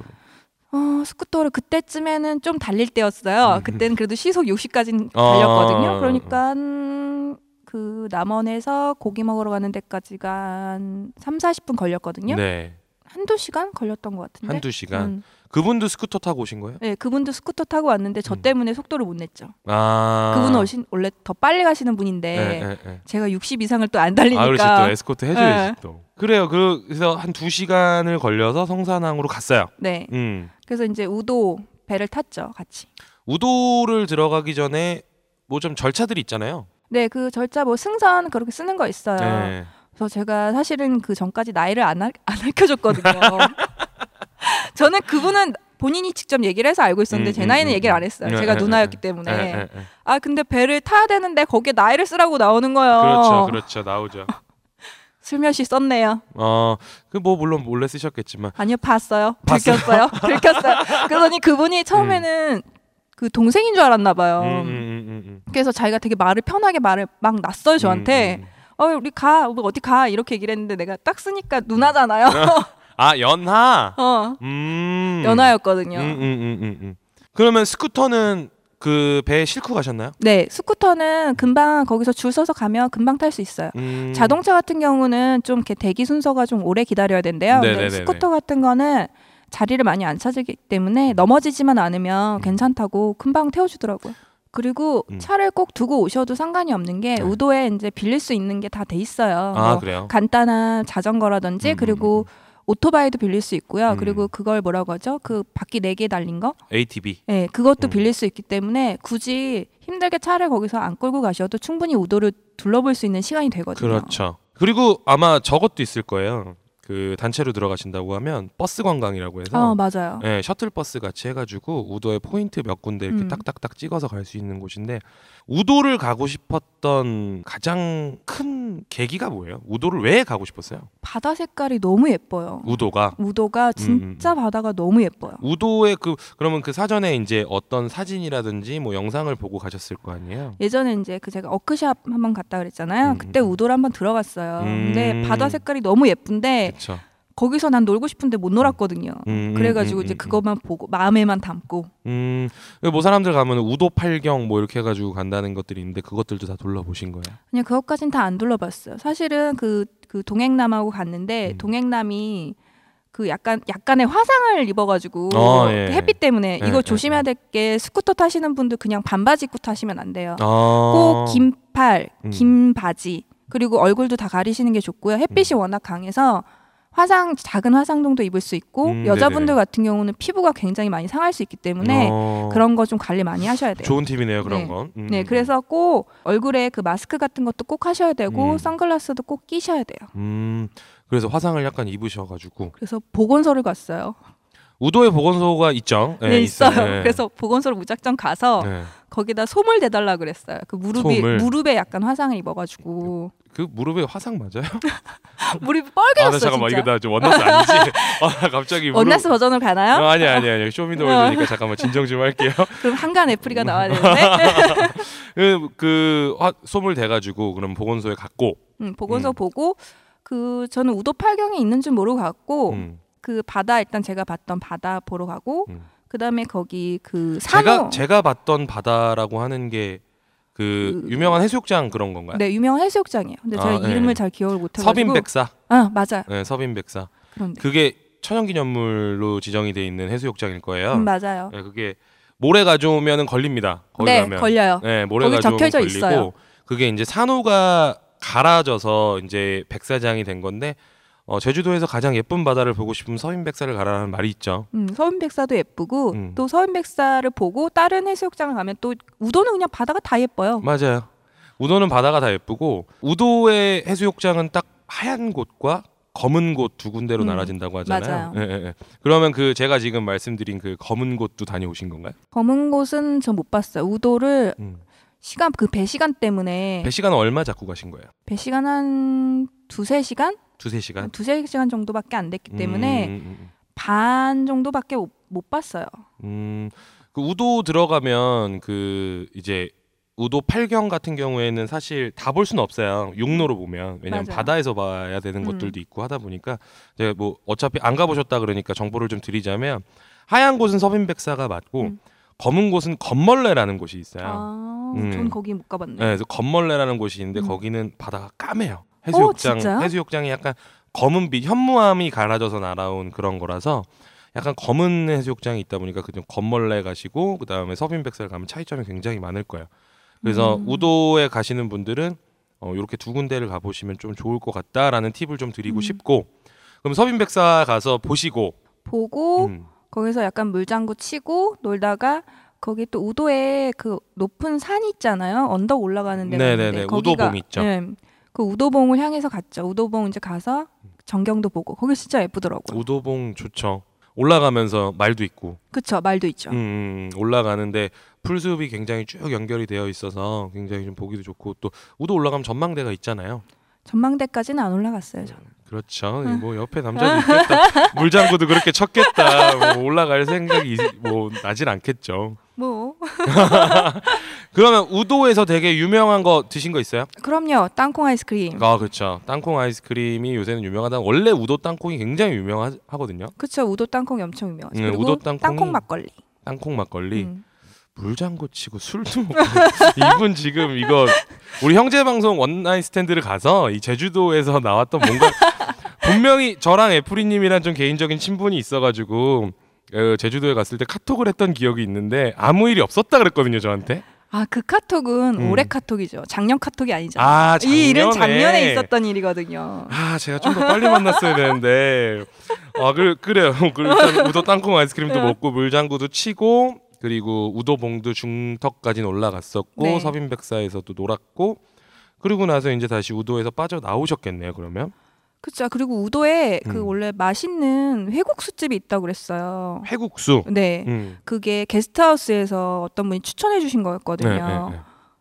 Speaker 2: 어, 스쿠터를 그때쯤에는 좀 달릴 때였어요.
Speaker 1: 음.
Speaker 2: 그때는 그래도 시속 60까지는
Speaker 1: 아.
Speaker 2: 달렸거든요. 그러니까 음, 그 남원에서 고기 먹으러 가는 데까지가 한 3, 40분 걸렸거든요.
Speaker 1: 네
Speaker 2: 한두 시간 걸렸던 것 같은데.
Speaker 1: 한두 시간
Speaker 2: 음.
Speaker 1: 그분도 스쿠터 타고 오신 거예요?
Speaker 2: 네, 그분도 스쿠터 타고 왔는데 저
Speaker 1: 음.
Speaker 2: 때문에 속도를 못 냈죠.
Speaker 1: 아
Speaker 2: 그분은 네. 훨씬- 원래 더 빨리 가시는 분인데
Speaker 1: 예, 예, 예.
Speaker 2: 제가 60 이상을 또 안
Speaker 1: 아 그렇지 또
Speaker 2: 달리니까.
Speaker 1: 에스코트 해줘야지
Speaker 2: 예.
Speaker 1: 또 그래요 그- 그래서 한 두 시간을 걸려서 성산항으로 갔어요
Speaker 2: 네.
Speaker 1: 음
Speaker 2: 그래서 이제 우도 배를 탔죠, 같이.
Speaker 1: 우도를 들어가기 전에 뭐 좀 절차들이 있잖아요.
Speaker 2: 네, 그 절차 뭐 승선 그렇게 쓰는 거 있어요.
Speaker 1: 네.
Speaker 2: 그래서 제가 사실은 그 전까지 나이를 안, 알, 안 알려줬거든요. [LAUGHS] 저는 그분은 본인이 직접 얘기를 해서 알고 있었는데
Speaker 1: 음,
Speaker 2: 제
Speaker 1: 음,
Speaker 2: 나이는
Speaker 1: 음.
Speaker 2: 얘기를 안 했어요.
Speaker 1: 네,
Speaker 2: 제가
Speaker 1: 네,
Speaker 2: 누나였기
Speaker 1: 네,
Speaker 2: 때문에.
Speaker 1: 네, 네.
Speaker 2: 아 근데 배를 타야 되는데 거기에 나이를 쓰라고 나오는 거예요.
Speaker 1: 그렇죠, 그렇죠, 나오죠.
Speaker 2: 슬며시 썼네요.
Speaker 1: 어, 그 뭐 물론 몰래 쓰셨겠지만,
Speaker 2: 아니요 봤어요.
Speaker 1: [LAUGHS] 봤어요?
Speaker 2: 들켰어요. 들켰어요. 그러니 그분이 처음에는 그 동생인 줄 알았나 봐요.
Speaker 1: 음, 음, 음, 음, 음.
Speaker 2: 그래서 자기가 되게 말을 편하게 말을 막 났어요 저한테.
Speaker 1: 음, 음, 음.
Speaker 2: 어 우리 가 우리 어디 가 이렇게 얘기를 했는데 내가 딱 쓰니까 누나잖아요.
Speaker 1: [LAUGHS]
Speaker 2: [LAUGHS]
Speaker 1: 아 연하.
Speaker 2: 어
Speaker 1: 음.
Speaker 2: 연하였거든요.
Speaker 1: 음, 음, 음, 음, 음. 그러면 스쿠터는 그 배에 싣고 가셨나요?
Speaker 2: 네 스쿠터는 금방 거기서 줄 서서 가면 금방 탈 수 있어요.
Speaker 1: 음.
Speaker 2: 자동차 같은 경우는 좀 이렇게 대기 순서가 좀 오래 기다려야 된대요. 근데
Speaker 1: 네네네네.
Speaker 2: 스쿠터 같은 거는 자리를 많이 안 찾기
Speaker 1: 음.
Speaker 2: 때문에 넘어지지만 않으면 괜찮다고 금방 태워주더라고요. 그리고
Speaker 1: 음.
Speaker 2: 차를 꼭 두고 오셔도 상관이 없는 게
Speaker 1: 네.
Speaker 2: 우도에 이제 빌릴 수 있는 게 다 돼 있어요.
Speaker 1: 아
Speaker 2: 뭐
Speaker 1: 그래요.
Speaker 2: 간단한 자전거라든지
Speaker 1: 음,
Speaker 2: 그리고 오토바이도 빌릴 수 있고요.
Speaker 1: 음.
Speaker 2: 그리고 그걸 뭐라고 하죠? 그 바퀴 네 개 달린 거?
Speaker 1: ATV.
Speaker 2: 예, 그것도
Speaker 1: 음.
Speaker 2: 빌릴 수 있기 때문에 굳이 힘들게 차를 거기서 안 끌고 가셔도 충분히 우도를 둘러볼 수 있는 시간이 되거든요.
Speaker 1: 그렇죠. 그리고 아마 저것도 있을 거예요. 그 단체로 들어가신다고 하면 버스 관광이라고 해서
Speaker 2: 어, 맞아요.
Speaker 1: 예, 셔틀버스 같이 해가지고 우도에 포인트 몇 군데 이렇게
Speaker 2: 음.
Speaker 1: 딱딱딱 찍어서 갈 수 있는 곳인데 우도를 가고 싶었던 가장 큰 계기가 뭐예요? 우도를 왜 가고 싶었어요?
Speaker 2: 바다 색깔이 너무 예뻐요.
Speaker 1: 우도가 음,
Speaker 2: 우도가 진짜 바다가 너무 예뻐요.
Speaker 1: 우도의 그 그러면 그 사전에 이제 어떤 사진이라든지 뭐 영상을 보고 가셨을 거 아니에요?
Speaker 2: 예전에 이제 그 제가 어크샵 한 번 갔다 그랬잖아요.
Speaker 1: 음,
Speaker 2: 그때
Speaker 1: 음.
Speaker 2: 우도를 한번 들어갔어요.
Speaker 1: 음.
Speaker 2: 근데 바다 색깔이 너무 예쁜데
Speaker 1: 그렇죠.
Speaker 2: 거기서 난 놀고 싶은데 못 놀았거든요.
Speaker 1: 음,
Speaker 2: 네. 어,
Speaker 1: 음,
Speaker 2: 그래가지고
Speaker 1: 음,
Speaker 2: 이제
Speaker 1: 음,
Speaker 2: 그것만 보고 마음에만 담고
Speaker 1: 음, 뭐 사람들 가면 우도 팔경 뭐 이렇게 해가지고 간다는 것들이 있는데 그것들도 다 둘러보신 거예요?
Speaker 2: 그냥 그것까진 다 안 둘러봤어요. 사실은 그, 그 동행남하고 갔는데
Speaker 1: 음.
Speaker 2: 동행남이 그 약간 약간의 화상을 입어가지고
Speaker 1: 어, 예.
Speaker 2: 그 햇빛 때문에
Speaker 1: 예,
Speaker 2: 이거
Speaker 1: 예,
Speaker 2: 조심해야
Speaker 1: 예.
Speaker 2: 될 게 스쿠터 타시는 분들 그냥 반바지 입고 타시면 안 돼요.
Speaker 1: 아.
Speaker 2: 꼭 긴팔,
Speaker 1: 음.
Speaker 2: 긴 바지 그리고 얼굴도 다 가리시는 게 좋고요.
Speaker 1: 음.
Speaker 2: 햇빛이 워낙 강해서 화상 작은 화상동도 입을 수 있고
Speaker 1: 음,
Speaker 2: 여자분들
Speaker 1: 네네.
Speaker 2: 같은 경우는 피부가 굉장히 많이 상할 수 있기 때문에
Speaker 1: 어.
Speaker 2: 그런 거 좀 관리 많이 하셔야 돼요.
Speaker 1: 좋은 팁이네요 그런
Speaker 2: 네.
Speaker 1: 건. 음.
Speaker 2: 네, 그래서 꼭 얼굴에 그 마스크 같은 것도 꼭 하셔야 되고
Speaker 1: 음.
Speaker 2: 선글라스도 꼭 끼셔야 돼요.
Speaker 1: 음, 그래서 화상을 약간 입으셔가지고
Speaker 2: 그래서 보건소를 갔어요.
Speaker 1: 우도에 보건소가 있죠?
Speaker 2: 네, 있어요.
Speaker 1: 네.
Speaker 2: 그래서 보건소를 무작정 가서
Speaker 1: 네.
Speaker 2: 거기다 솜을 대달라 그랬어요. 그 무릎이
Speaker 1: 솜을?
Speaker 2: 무릎에 약간
Speaker 1: [LAUGHS]
Speaker 2: 화상을 입어가지고
Speaker 1: 그 무릎에 화상 맞아요?
Speaker 2: 무릎이 뻘개졌어
Speaker 1: 아, 나 잠깐만
Speaker 2: 진짜.
Speaker 1: 이거 나 좀 원나스
Speaker 2: [LAUGHS]
Speaker 1: 아니지? 아, 갑자기 무릎.
Speaker 2: 원나스 버전으로 가나요? 어.
Speaker 1: 아, 아니 아니 아니 쇼미더월드니까 잠깐만 진정 좀
Speaker 2: [LAUGHS]
Speaker 1: 할게요.
Speaker 2: 그럼 한간 애플이가 나와야
Speaker 1: [LAUGHS]
Speaker 2: 되는데
Speaker 1: 그, 그 화, 솜을 대가지고 그럼 보건소에 갔고.
Speaker 2: 음, 보건소
Speaker 1: 음.
Speaker 2: 보고 그 저는 우도 팔경이 있는 줄 모르고 갔고
Speaker 1: 음.
Speaker 2: 그 바다 일단 제가 봤던 바다 보러 가고
Speaker 1: 음.
Speaker 2: 그 다음에 거기 그
Speaker 1: 제가
Speaker 2: 산호
Speaker 1: 제가 봤던 바다라고 하는 게 그
Speaker 2: 그-
Speaker 1: 유명한 해수욕장 그런 건가요?
Speaker 2: 네 유명한 해수욕장이에요. 근데 제가
Speaker 1: 아, 네.
Speaker 2: 이름을 잘 기억을 못해가지고
Speaker 1: 서빈백사.
Speaker 2: 아 맞아
Speaker 1: 네, 서빈백사.
Speaker 2: 그런데
Speaker 1: 그게 천연기념물로 지정이 돼 있는 해수욕장일 거예요.
Speaker 2: 음, 맞아요.
Speaker 1: 네, 그게 모래 가져오면은 걸립니다. 거기
Speaker 2: 네
Speaker 1: 가면.
Speaker 2: 걸려요.
Speaker 1: 네, 모래
Speaker 2: 거기
Speaker 1: 가져오면
Speaker 2: 적혀져
Speaker 1: 걸리고
Speaker 2: 있어요.
Speaker 1: 그게 이제 산호가 갈아져서 이제 백사장이 된 건데 어, 제주도에서 가장 예쁜 바다를 보고 싶으면 서인백사를 가라는 말이 있죠.
Speaker 2: 음, 서은백사도 예쁘고
Speaker 1: 음.
Speaker 2: 또 서은백사를 보고 다른 해수욕장을 가면 또 우도는 그냥 바다가 다 예뻐요.
Speaker 1: 맞아요. 우도는 바다가 다 예쁘고 우도의 해수욕장은 딱 하얀 곳과 검은 곳 두 군데로
Speaker 2: 음,
Speaker 1: 나눠진다고 하잖아요.
Speaker 2: 맞아요.
Speaker 1: 예, 예, 예. 그러면 그 제가 지금 말씀드린 그 검은 곳도 다녀오신 건가요?
Speaker 2: 검은 곳은 전 못 봤어요. 우도를
Speaker 1: 음.
Speaker 2: 시간 그 배 시간 때문에
Speaker 1: 배그 시간 얼마 잡고 가신 거예요?
Speaker 2: 배 시간 한 두세 시간
Speaker 1: 두세 시간.
Speaker 2: 두세 시간 정도밖에 안 됐기
Speaker 1: 음,
Speaker 2: 때문에
Speaker 1: 네. 음, 음, 음.
Speaker 2: 반 정도밖에 못, 못 봤어요.
Speaker 1: 음, 그 우도 들어가면 그 이제 우도 팔경 같은 경우에는 사실 다 볼 수는 없어요. 육로로 보면 왜냐면
Speaker 2: 맞아요.
Speaker 1: 바다에서 봐야 되는
Speaker 2: 음.
Speaker 1: 것들도 있고 하다 보니까 제가 뭐 어차피 안 가보셨다 그러니까 정보를 좀 드리자면 하얀 곳은 서빈백사가 맞고
Speaker 2: 음.
Speaker 1: 검은 곳은 건멀레라는 곳이 있어요.
Speaker 2: 아,
Speaker 1: 음.
Speaker 2: 전 거기 못 가봤네.
Speaker 1: 네, 그래서 건멀레라는 곳이 있는데
Speaker 2: 음.
Speaker 1: 거기는 바다가 까매요.
Speaker 2: 어,
Speaker 1: 해수욕장
Speaker 2: 진짜요?
Speaker 1: 해수욕장이 약간 검은 빛 현무암이 갈아져서 날아온 그런 거라서 약간 검은 해수욕장이 있다 보니까 그좀 건멀레 가시고 그 다음에 서빈백사를 가면 차이점이 굉장히 많을 거예요. 그래서
Speaker 2: 음.
Speaker 1: 우도에 가시는 분들은 어, 이렇게 두 군데를 가보시면 좀 좋을 것 같다라는 팁을 좀 드리고
Speaker 2: 음.
Speaker 1: 싶고 그럼 서빈백사 가서 보시고
Speaker 2: 보고
Speaker 1: 음,
Speaker 2: 거기서 약간 물장구 치고 놀다가 거기 또 우도에 그 높은 산이 있잖아요. 언덕 올라가는 데가
Speaker 1: 네네네.
Speaker 2: 있는데 거기가-
Speaker 1: 우도봉 있죠.
Speaker 2: 네. 그 우도봉을 향해서 갔죠. 우도봉 이제 가서 전경도 보고 거기 진짜 예쁘더라고요.
Speaker 1: 우도봉 좋죠. 올라가면서 말도 있고
Speaker 2: 그쵸 말도 있죠.
Speaker 1: 음, 올라가는데 풀숲이 굉장히 쭉 연결이 되어 있어서 굉장히 좀 보기도 좋고 또 우도 올라가면 전망대가 있잖아요.
Speaker 2: 전망대까지는 안 올라갔어요. 저는.
Speaker 1: 그렇죠.
Speaker 2: 음.
Speaker 1: 뭐 옆에 남자도 있겠다.
Speaker 2: [LAUGHS]
Speaker 1: 물장구도 그렇게 쳤겠다. 뭐 올라갈 생각이 있- 뭐 나질 않겠죠.
Speaker 2: 뭐
Speaker 1: 그러면 우도에서 되게 유명한 거 드신 거 있어요?
Speaker 2: 그럼요. 땅콩 아이스크림.
Speaker 1: 아 그렇죠. 땅콩 아이스크림이 요새는 유명하다. 원래 우도 땅콩이 굉장히 유명하거든요.
Speaker 2: 그쵸 우도 땅콩이 엄청 유명하죠.
Speaker 1: 네,
Speaker 2: 그리고
Speaker 1: 우도 땅콩이-
Speaker 2: 땅콩 막걸리.
Speaker 1: 땅콩 막걸리.
Speaker 2: 음.
Speaker 1: 물장구 치고 술도 [LAUGHS] 먹고 이분 지금 이거 우리 형제 방송 원나잇 스탠드를 가서 이 제주도에서 나왔던 뭔가 분명히 저랑 애프리님이랑 좀 개인적인 친분이 있어가지고 어, 제주도에 갔을 때 카톡을 했던 기억이 있는데 아무 일이 없었다 그랬거든요 저한테
Speaker 2: 아그 카톡은
Speaker 1: 음.
Speaker 2: 올해 카톡이죠. 작년 카톡이 아니잖아요.
Speaker 1: 아 작년에
Speaker 2: 이 일은 작년에 있었던 일이거든요.
Speaker 1: 아 제가 좀 더 빨리 만났어야 되는데 아 그, 그래요 [LAUGHS] 그 일단 우도 땅콩 아이스크림도
Speaker 2: 네.
Speaker 1: 먹고 물장구도 치고 그리고 우도봉도 중턱까지는 올라갔었고
Speaker 2: 네.
Speaker 1: 서빈백사에서도 놀았고 그리고 나서 이제 다시 우도에서 빠져 나오셨겠네요 그러면
Speaker 2: 그쵸 그리고 우도에 그
Speaker 1: 음.
Speaker 2: 원래 맛있는 회국수집이 있다고 그랬어요.
Speaker 1: 해국수
Speaker 2: 네.
Speaker 1: 음.
Speaker 2: 그게 게스트하우스에서 어떤 분이 추천해 주신 거였거든요.
Speaker 1: 네,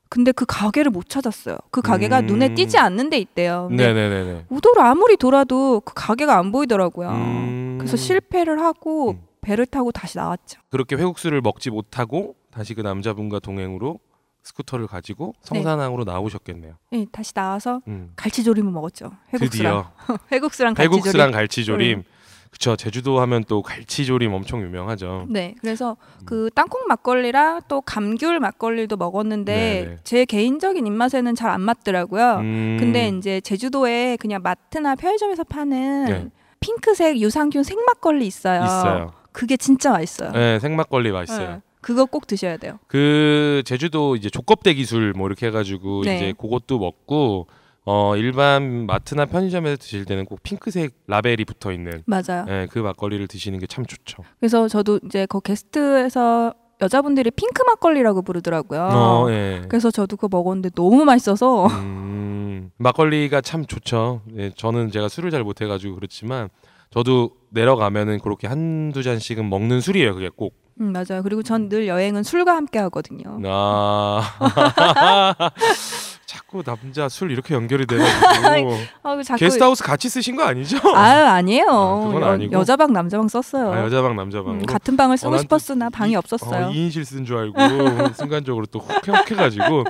Speaker 2: 근데 그 가게를 못 찾았어요. 그 가게가
Speaker 1: 음.
Speaker 2: 눈에 띄지 않는 데 있대요. 근데
Speaker 1: 네네네네
Speaker 2: 우도를 아무리 돌아도 그 가게가 안 보이더라고요.
Speaker 1: 음.
Speaker 2: 아, 그래서 실패를 하고
Speaker 1: 음.
Speaker 2: 배를 타고 다시 나왔죠.
Speaker 1: 그렇게 회국수를 먹지 못하고 다시 그 남자분과 동행으로 스쿠터를 가지고
Speaker 2: 네.
Speaker 1: 성산항으로 나오셨겠네요
Speaker 2: 예, 다시 나와서
Speaker 1: 음.
Speaker 2: 갈치조림을 먹었죠. 회국수랑
Speaker 1: 드디어
Speaker 2: [LAUGHS] 회국수랑 음, 갈치조림. 음.
Speaker 1: 갈국수랑 갈치조림. 그쵸 제주도 하면 또 갈치조림 엄청 유명하죠.
Speaker 2: 네, 그래서
Speaker 1: 음.
Speaker 2: 그 땅콩 막걸리랑 또 감귤 막걸리도 먹었는데
Speaker 1: 네네.
Speaker 2: 제 개인적인 입맛에는 잘 안 맞더라고요.
Speaker 1: 음,
Speaker 2: 근데 이제 제주도에 그냥 마트나 편의점에서 파는
Speaker 1: 네.
Speaker 2: 핑크색 유산균 생막걸리 있어요.
Speaker 1: 있어요.
Speaker 2: 그게 진짜 맛있어요.
Speaker 1: 네, 생막걸리 맛있어요.
Speaker 2: 네. 그거 꼭 드셔야 돼요.
Speaker 1: 그 제주도 이제 조껍데 기술 뭐 이렇게 해가지고
Speaker 2: 네.
Speaker 1: 이제 그것도 먹고 어 일반 마트나 편의점에서 드실 때는 꼭 핑크색 라벨이 붙어 있는
Speaker 2: 맞아요.
Speaker 1: 네, 그 막걸리를 드시는 게 참 좋죠.
Speaker 2: 그래서 저도 이제 그 게스트에서 여자분들이 핑크 막걸리라고 부르더라고요.
Speaker 1: 어, 예.
Speaker 2: 그래서 저도 그거 먹었는데 너무 맛있어서
Speaker 1: 음, 막걸리가 참 좋죠. 예, 저는 제가 술을 잘 못해가지고 그렇지만 저도 내려가면은 그렇게 한두 잔씩은 먹는 술이에요. 그게 꼭.
Speaker 2: 음, 맞아요. 그리고 전 늘 여행은 술과 함께 하거든요.
Speaker 1: 네. 아 어. [LAUGHS] 자꾸 남자 술 이렇게 연결이 돼가지고
Speaker 2: 아, 그 자꾸
Speaker 1: 게스트하우스 같이 쓰신 거 아니죠?
Speaker 2: 아유 아니에요.
Speaker 1: 아, 그건
Speaker 2: 여-
Speaker 1: 아니고.
Speaker 2: 여자방 남자방 썼어요.
Speaker 1: 아, 여자방 남자방으로
Speaker 2: 음, 같은 방을 쓰고
Speaker 1: 어, 난 또-
Speaker 2: 싶었으나 방이
Speaker 1: 이-
Speaker 2: 없었어요.
Speaker 1: 어, 2인실 쓴 줄 알고 순간적으로 또 혹해혹해가지고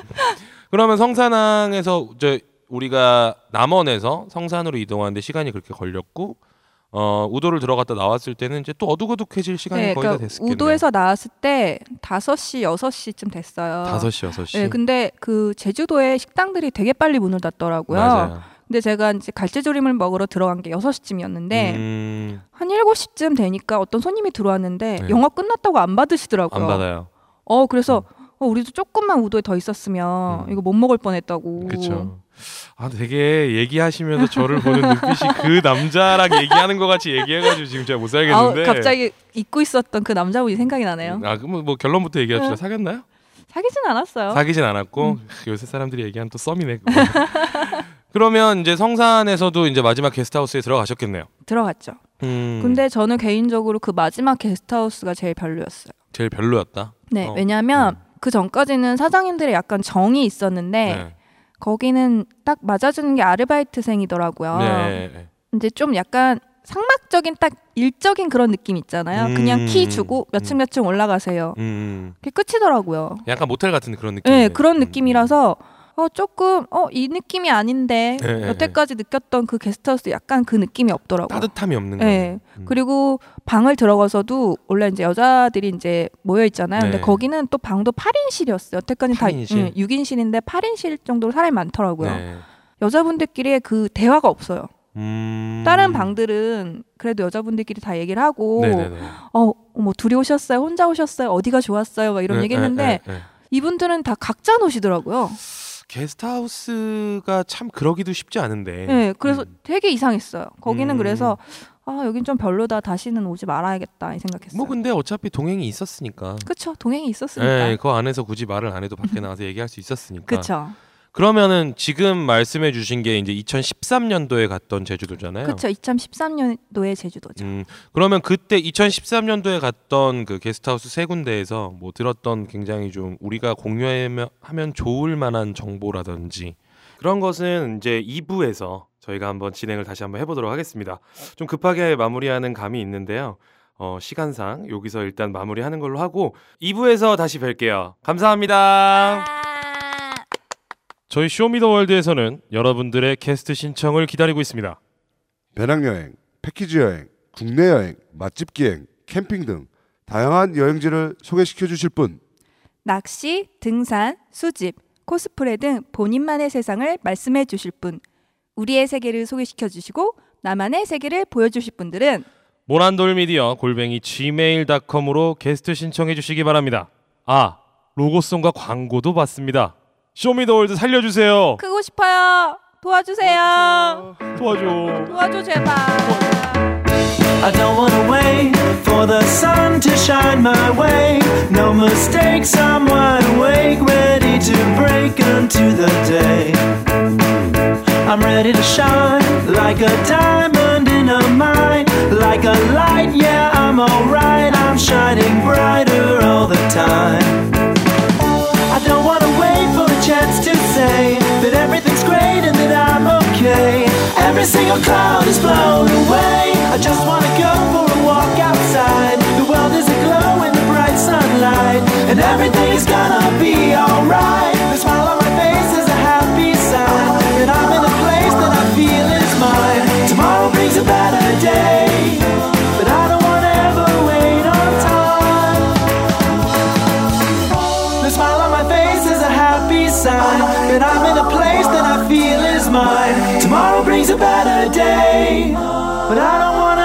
Speaker 1: 그러면 성산항에서 저 우리가 남원에서 성산으로 이동하는데 시간이 그렇게 걸렸고 어 우도를 들어갔다 나왔을 때는 이제 또 어둑어둑해질 시간이
Speaker 2: 네,
Speaker 1: 거의 다
Speaker 2: 그러니까
Speaker 1: 됐었겠네요.
Speaker 2: 우도에서 나왔을 때 5시, 6시쯤 됐어요.
Speaker 1: 5시 6시
Speaker 2: 네, 근데 그 제주도에 식당들이 되게 빨리 문을 닫더라고요.
Speaker 1: 맞아요.
Speaker 2: 근데 제가 이제 갈치조림을 먹으러 들어간 게 6시쯤이었는데
Speaker 1: 음,
Speaker 2: 한 7시쯤 되니까 어떤 손님이 들어왔는데
Speaker 1: 네.
Speaker 2: 영업 끝났다고 안 받으시더라고요.
Speaker 1: 안 받아요.
Speaker 2: 어, 그래서 어, 우리도 조금만 우도에 더 있었으면
Speaker 1: 음.
Speaker 2: 이거 못 먹을 뻔했다고.
Speaker 1: 그렇죠. 아 되게 얘기하시면서 저를 보는 눈빛이 그 남자랑 얘기하는 것 같이 얘기해가지고 지금 제가 못
Speaker 2: 아우,
Speaker 1: 살겠는데.
Speaker 2: 갑자기 잊고 있었던 그 남자분이 생각이 나네요.
Speaker 1: 아 그럼 뭐 결론부터 얘기합시다. 사귀었나요?
Speaker 2: 사귀진 네. 않았어요. 음.
Speaker 1: 사귀진 않았고 그 요새 사람들이 얘기하는 또 썸이네. 그거. [LAUGHS] 그러면 이제 성산에서도 이제 마지막 게스트하우스에 들어가셨겠네요.
Speaker 2: 들어갔죠.
Speaker 1: 음,
Speaker 2: 근데 저는 개인적으로 그 마지막 게스트하우스가 제일 별로였어요.
Speaker 1: 제일 별로였다.
Speaker 2: 네,
Speaker 1: 어.
Speaker 2: 왜냐하면 그 전까지는 사장님들의 약간 정이 있었는데
Speaker 1: 네.
Speaker 2: 거기는 딱 맞아주는 게 아르바이트생이더라고요.
Speaker 1: 네. 네.
Speaker 2: 근데 좀 약간 상막적인 딱 일적인 그런 느낌 있잖아요.
Speaker 1: 음.
Speaker 2: 그냥 키 주고 몇 층
Speaker 1: 음.
Speaker 2: 몇 층 올라가세요.
Speaker 1: 음,
Speaker 2: 그게 끝이더라고요.
Speaker 1: 약간 모텔 같은 그런 느낌.
Speaker 2: 네, 그런 느낌이라서 어, 조금 어, 이 느낌이 아닌데
Speaker 1: 네, 네,
Speaker 2: 여태까지 느꼈던 그 게스트하우스 약간 그 느낌이 없더라고요.
Speaker 1: 음, 따뜻함이 없는 음. 거.
Speaker 2: 네. 그리고 방을 들어가서도 원래 이제 여자들이 이제 모여 있잖아요. 근데
Speaker 1: 네.
Speaker 2: 거기는 또 방도 8인실이었어요. 여태까지 다
Speaker 1: 8인실? 네.
Speaker 2: 6인실인데 8인실 정도로 사람이 많더라고요. 여자분들끼리 그 대화가 없어요.
Speaker 1: 음.
Speaker 2: 다른 방들은 그래도 여자분들끼리 다 얘기를 하고
Speaker 1: 네네네.
Speaker 2: 어, 뭐 둘이 오셨어요? 혼자 오셨어요? 어디가 좋았어요? 막 이런
Speaker 1: 네,
Speaker 2: 얘기 했는데
Speaker 1: 네, 네, 네.
Speaker 2: 이분들은 다 각자 노시더라고요.
Speaker 1: 게스트하우스가 참 그러기도 쉽지 않은데.
Speaker 2: 네. 그래서
Speaker 1: 음.
Speaker 2: 되게 이상했어요. 거기는
Speaker 1: 음.
Speaker 2: 그래서 아 여긴 좀 별로다 다시는 오지 말아야겠다 이 생각했어요.
Speaker 1: 뭐 근데 어차피 동행이 있었으니까.
Speaker 2: 그쵸 동행이 있었으니까.
Speaker 1: 네, 그 안에서 굳이 말을 안 해도 밖에 나가서 얘기할 수 있었으니까.
Speaker 2: 그쵸
Speaker 1: 그러면은 지금 말씀해 주신 게 이제 2013년도에 갔던 제주도잖아요.
Speaker 2: 그쵸 2013년도에 제주도죠.
Speaker 1: 음, 그러면 그때 2013년도에 갔던 그 게스트하우스 세 군데에서 뭐 들었던 굉장히 좀 우리가 공유하면 하면 좋을 만한 정보라든지 그런 것은 이제 2부에서 저희가 한번 진행을 다시 한번 해보도록 하겠습니다. 좀 급하게 마무리하는 감이 있는데요. 어, 시간상 여기서 일단 마무리하는 걸로 하고 2부에서 다시 뵐게요. 감사합니다. 저희 쇼미더월드에서는 여러분들의 게스트 신청을 기다리고 있습니다.
Speaker 3: 배낭여행, 패키지 여행, 국내 여행, 맛집 기행, 캠핑 등 다양한 여행지를 소개시켜 주실 분
Speaker 2: 낚시, 등산, 수집, 코스프레 등 본인만의 세상을 말씀해 주실 분, 우리의 세계를 소개시켜 주시고 나만의 세계를 보여주실 분들은
Speaker 1: 모란돌 미디어 골뱅이 gmail.com으로 게스트 신청해 주시기 바랍니다. 아, 로고송과 광고도 받습니다. 쇼미더월드 살려주세요.
Speaker 2: 크고 싶어요. 도와주세요.
Speaker 1: 도와줘.
Speaker 2: 도와줘 제발.
Speaker 4: I don't wanna wait for the sun to shine my way. No mistakes, I'm wide awake, ready to break into the day. I'm ready to shine like a diamond in a mine, like a light. Yeah, I'm alright, I'm shining brighter all the time. I don't wanna wait for a chance to say that everything's great and that I'm okay. Every single cloud is blown away. I just wanna go for a walk outside. The world is aglow in the bright sunlight, and everything is gonna be alright. The smile on my face is a happy sign, and I'm in a place that I feel is mine. Tomorrow brings a better day, but I don't wanna ever wait on time. The smile on my face is a happy sign that I'm in a place that I feel is mine. Tomorrow brings a better day, but I don't wanna.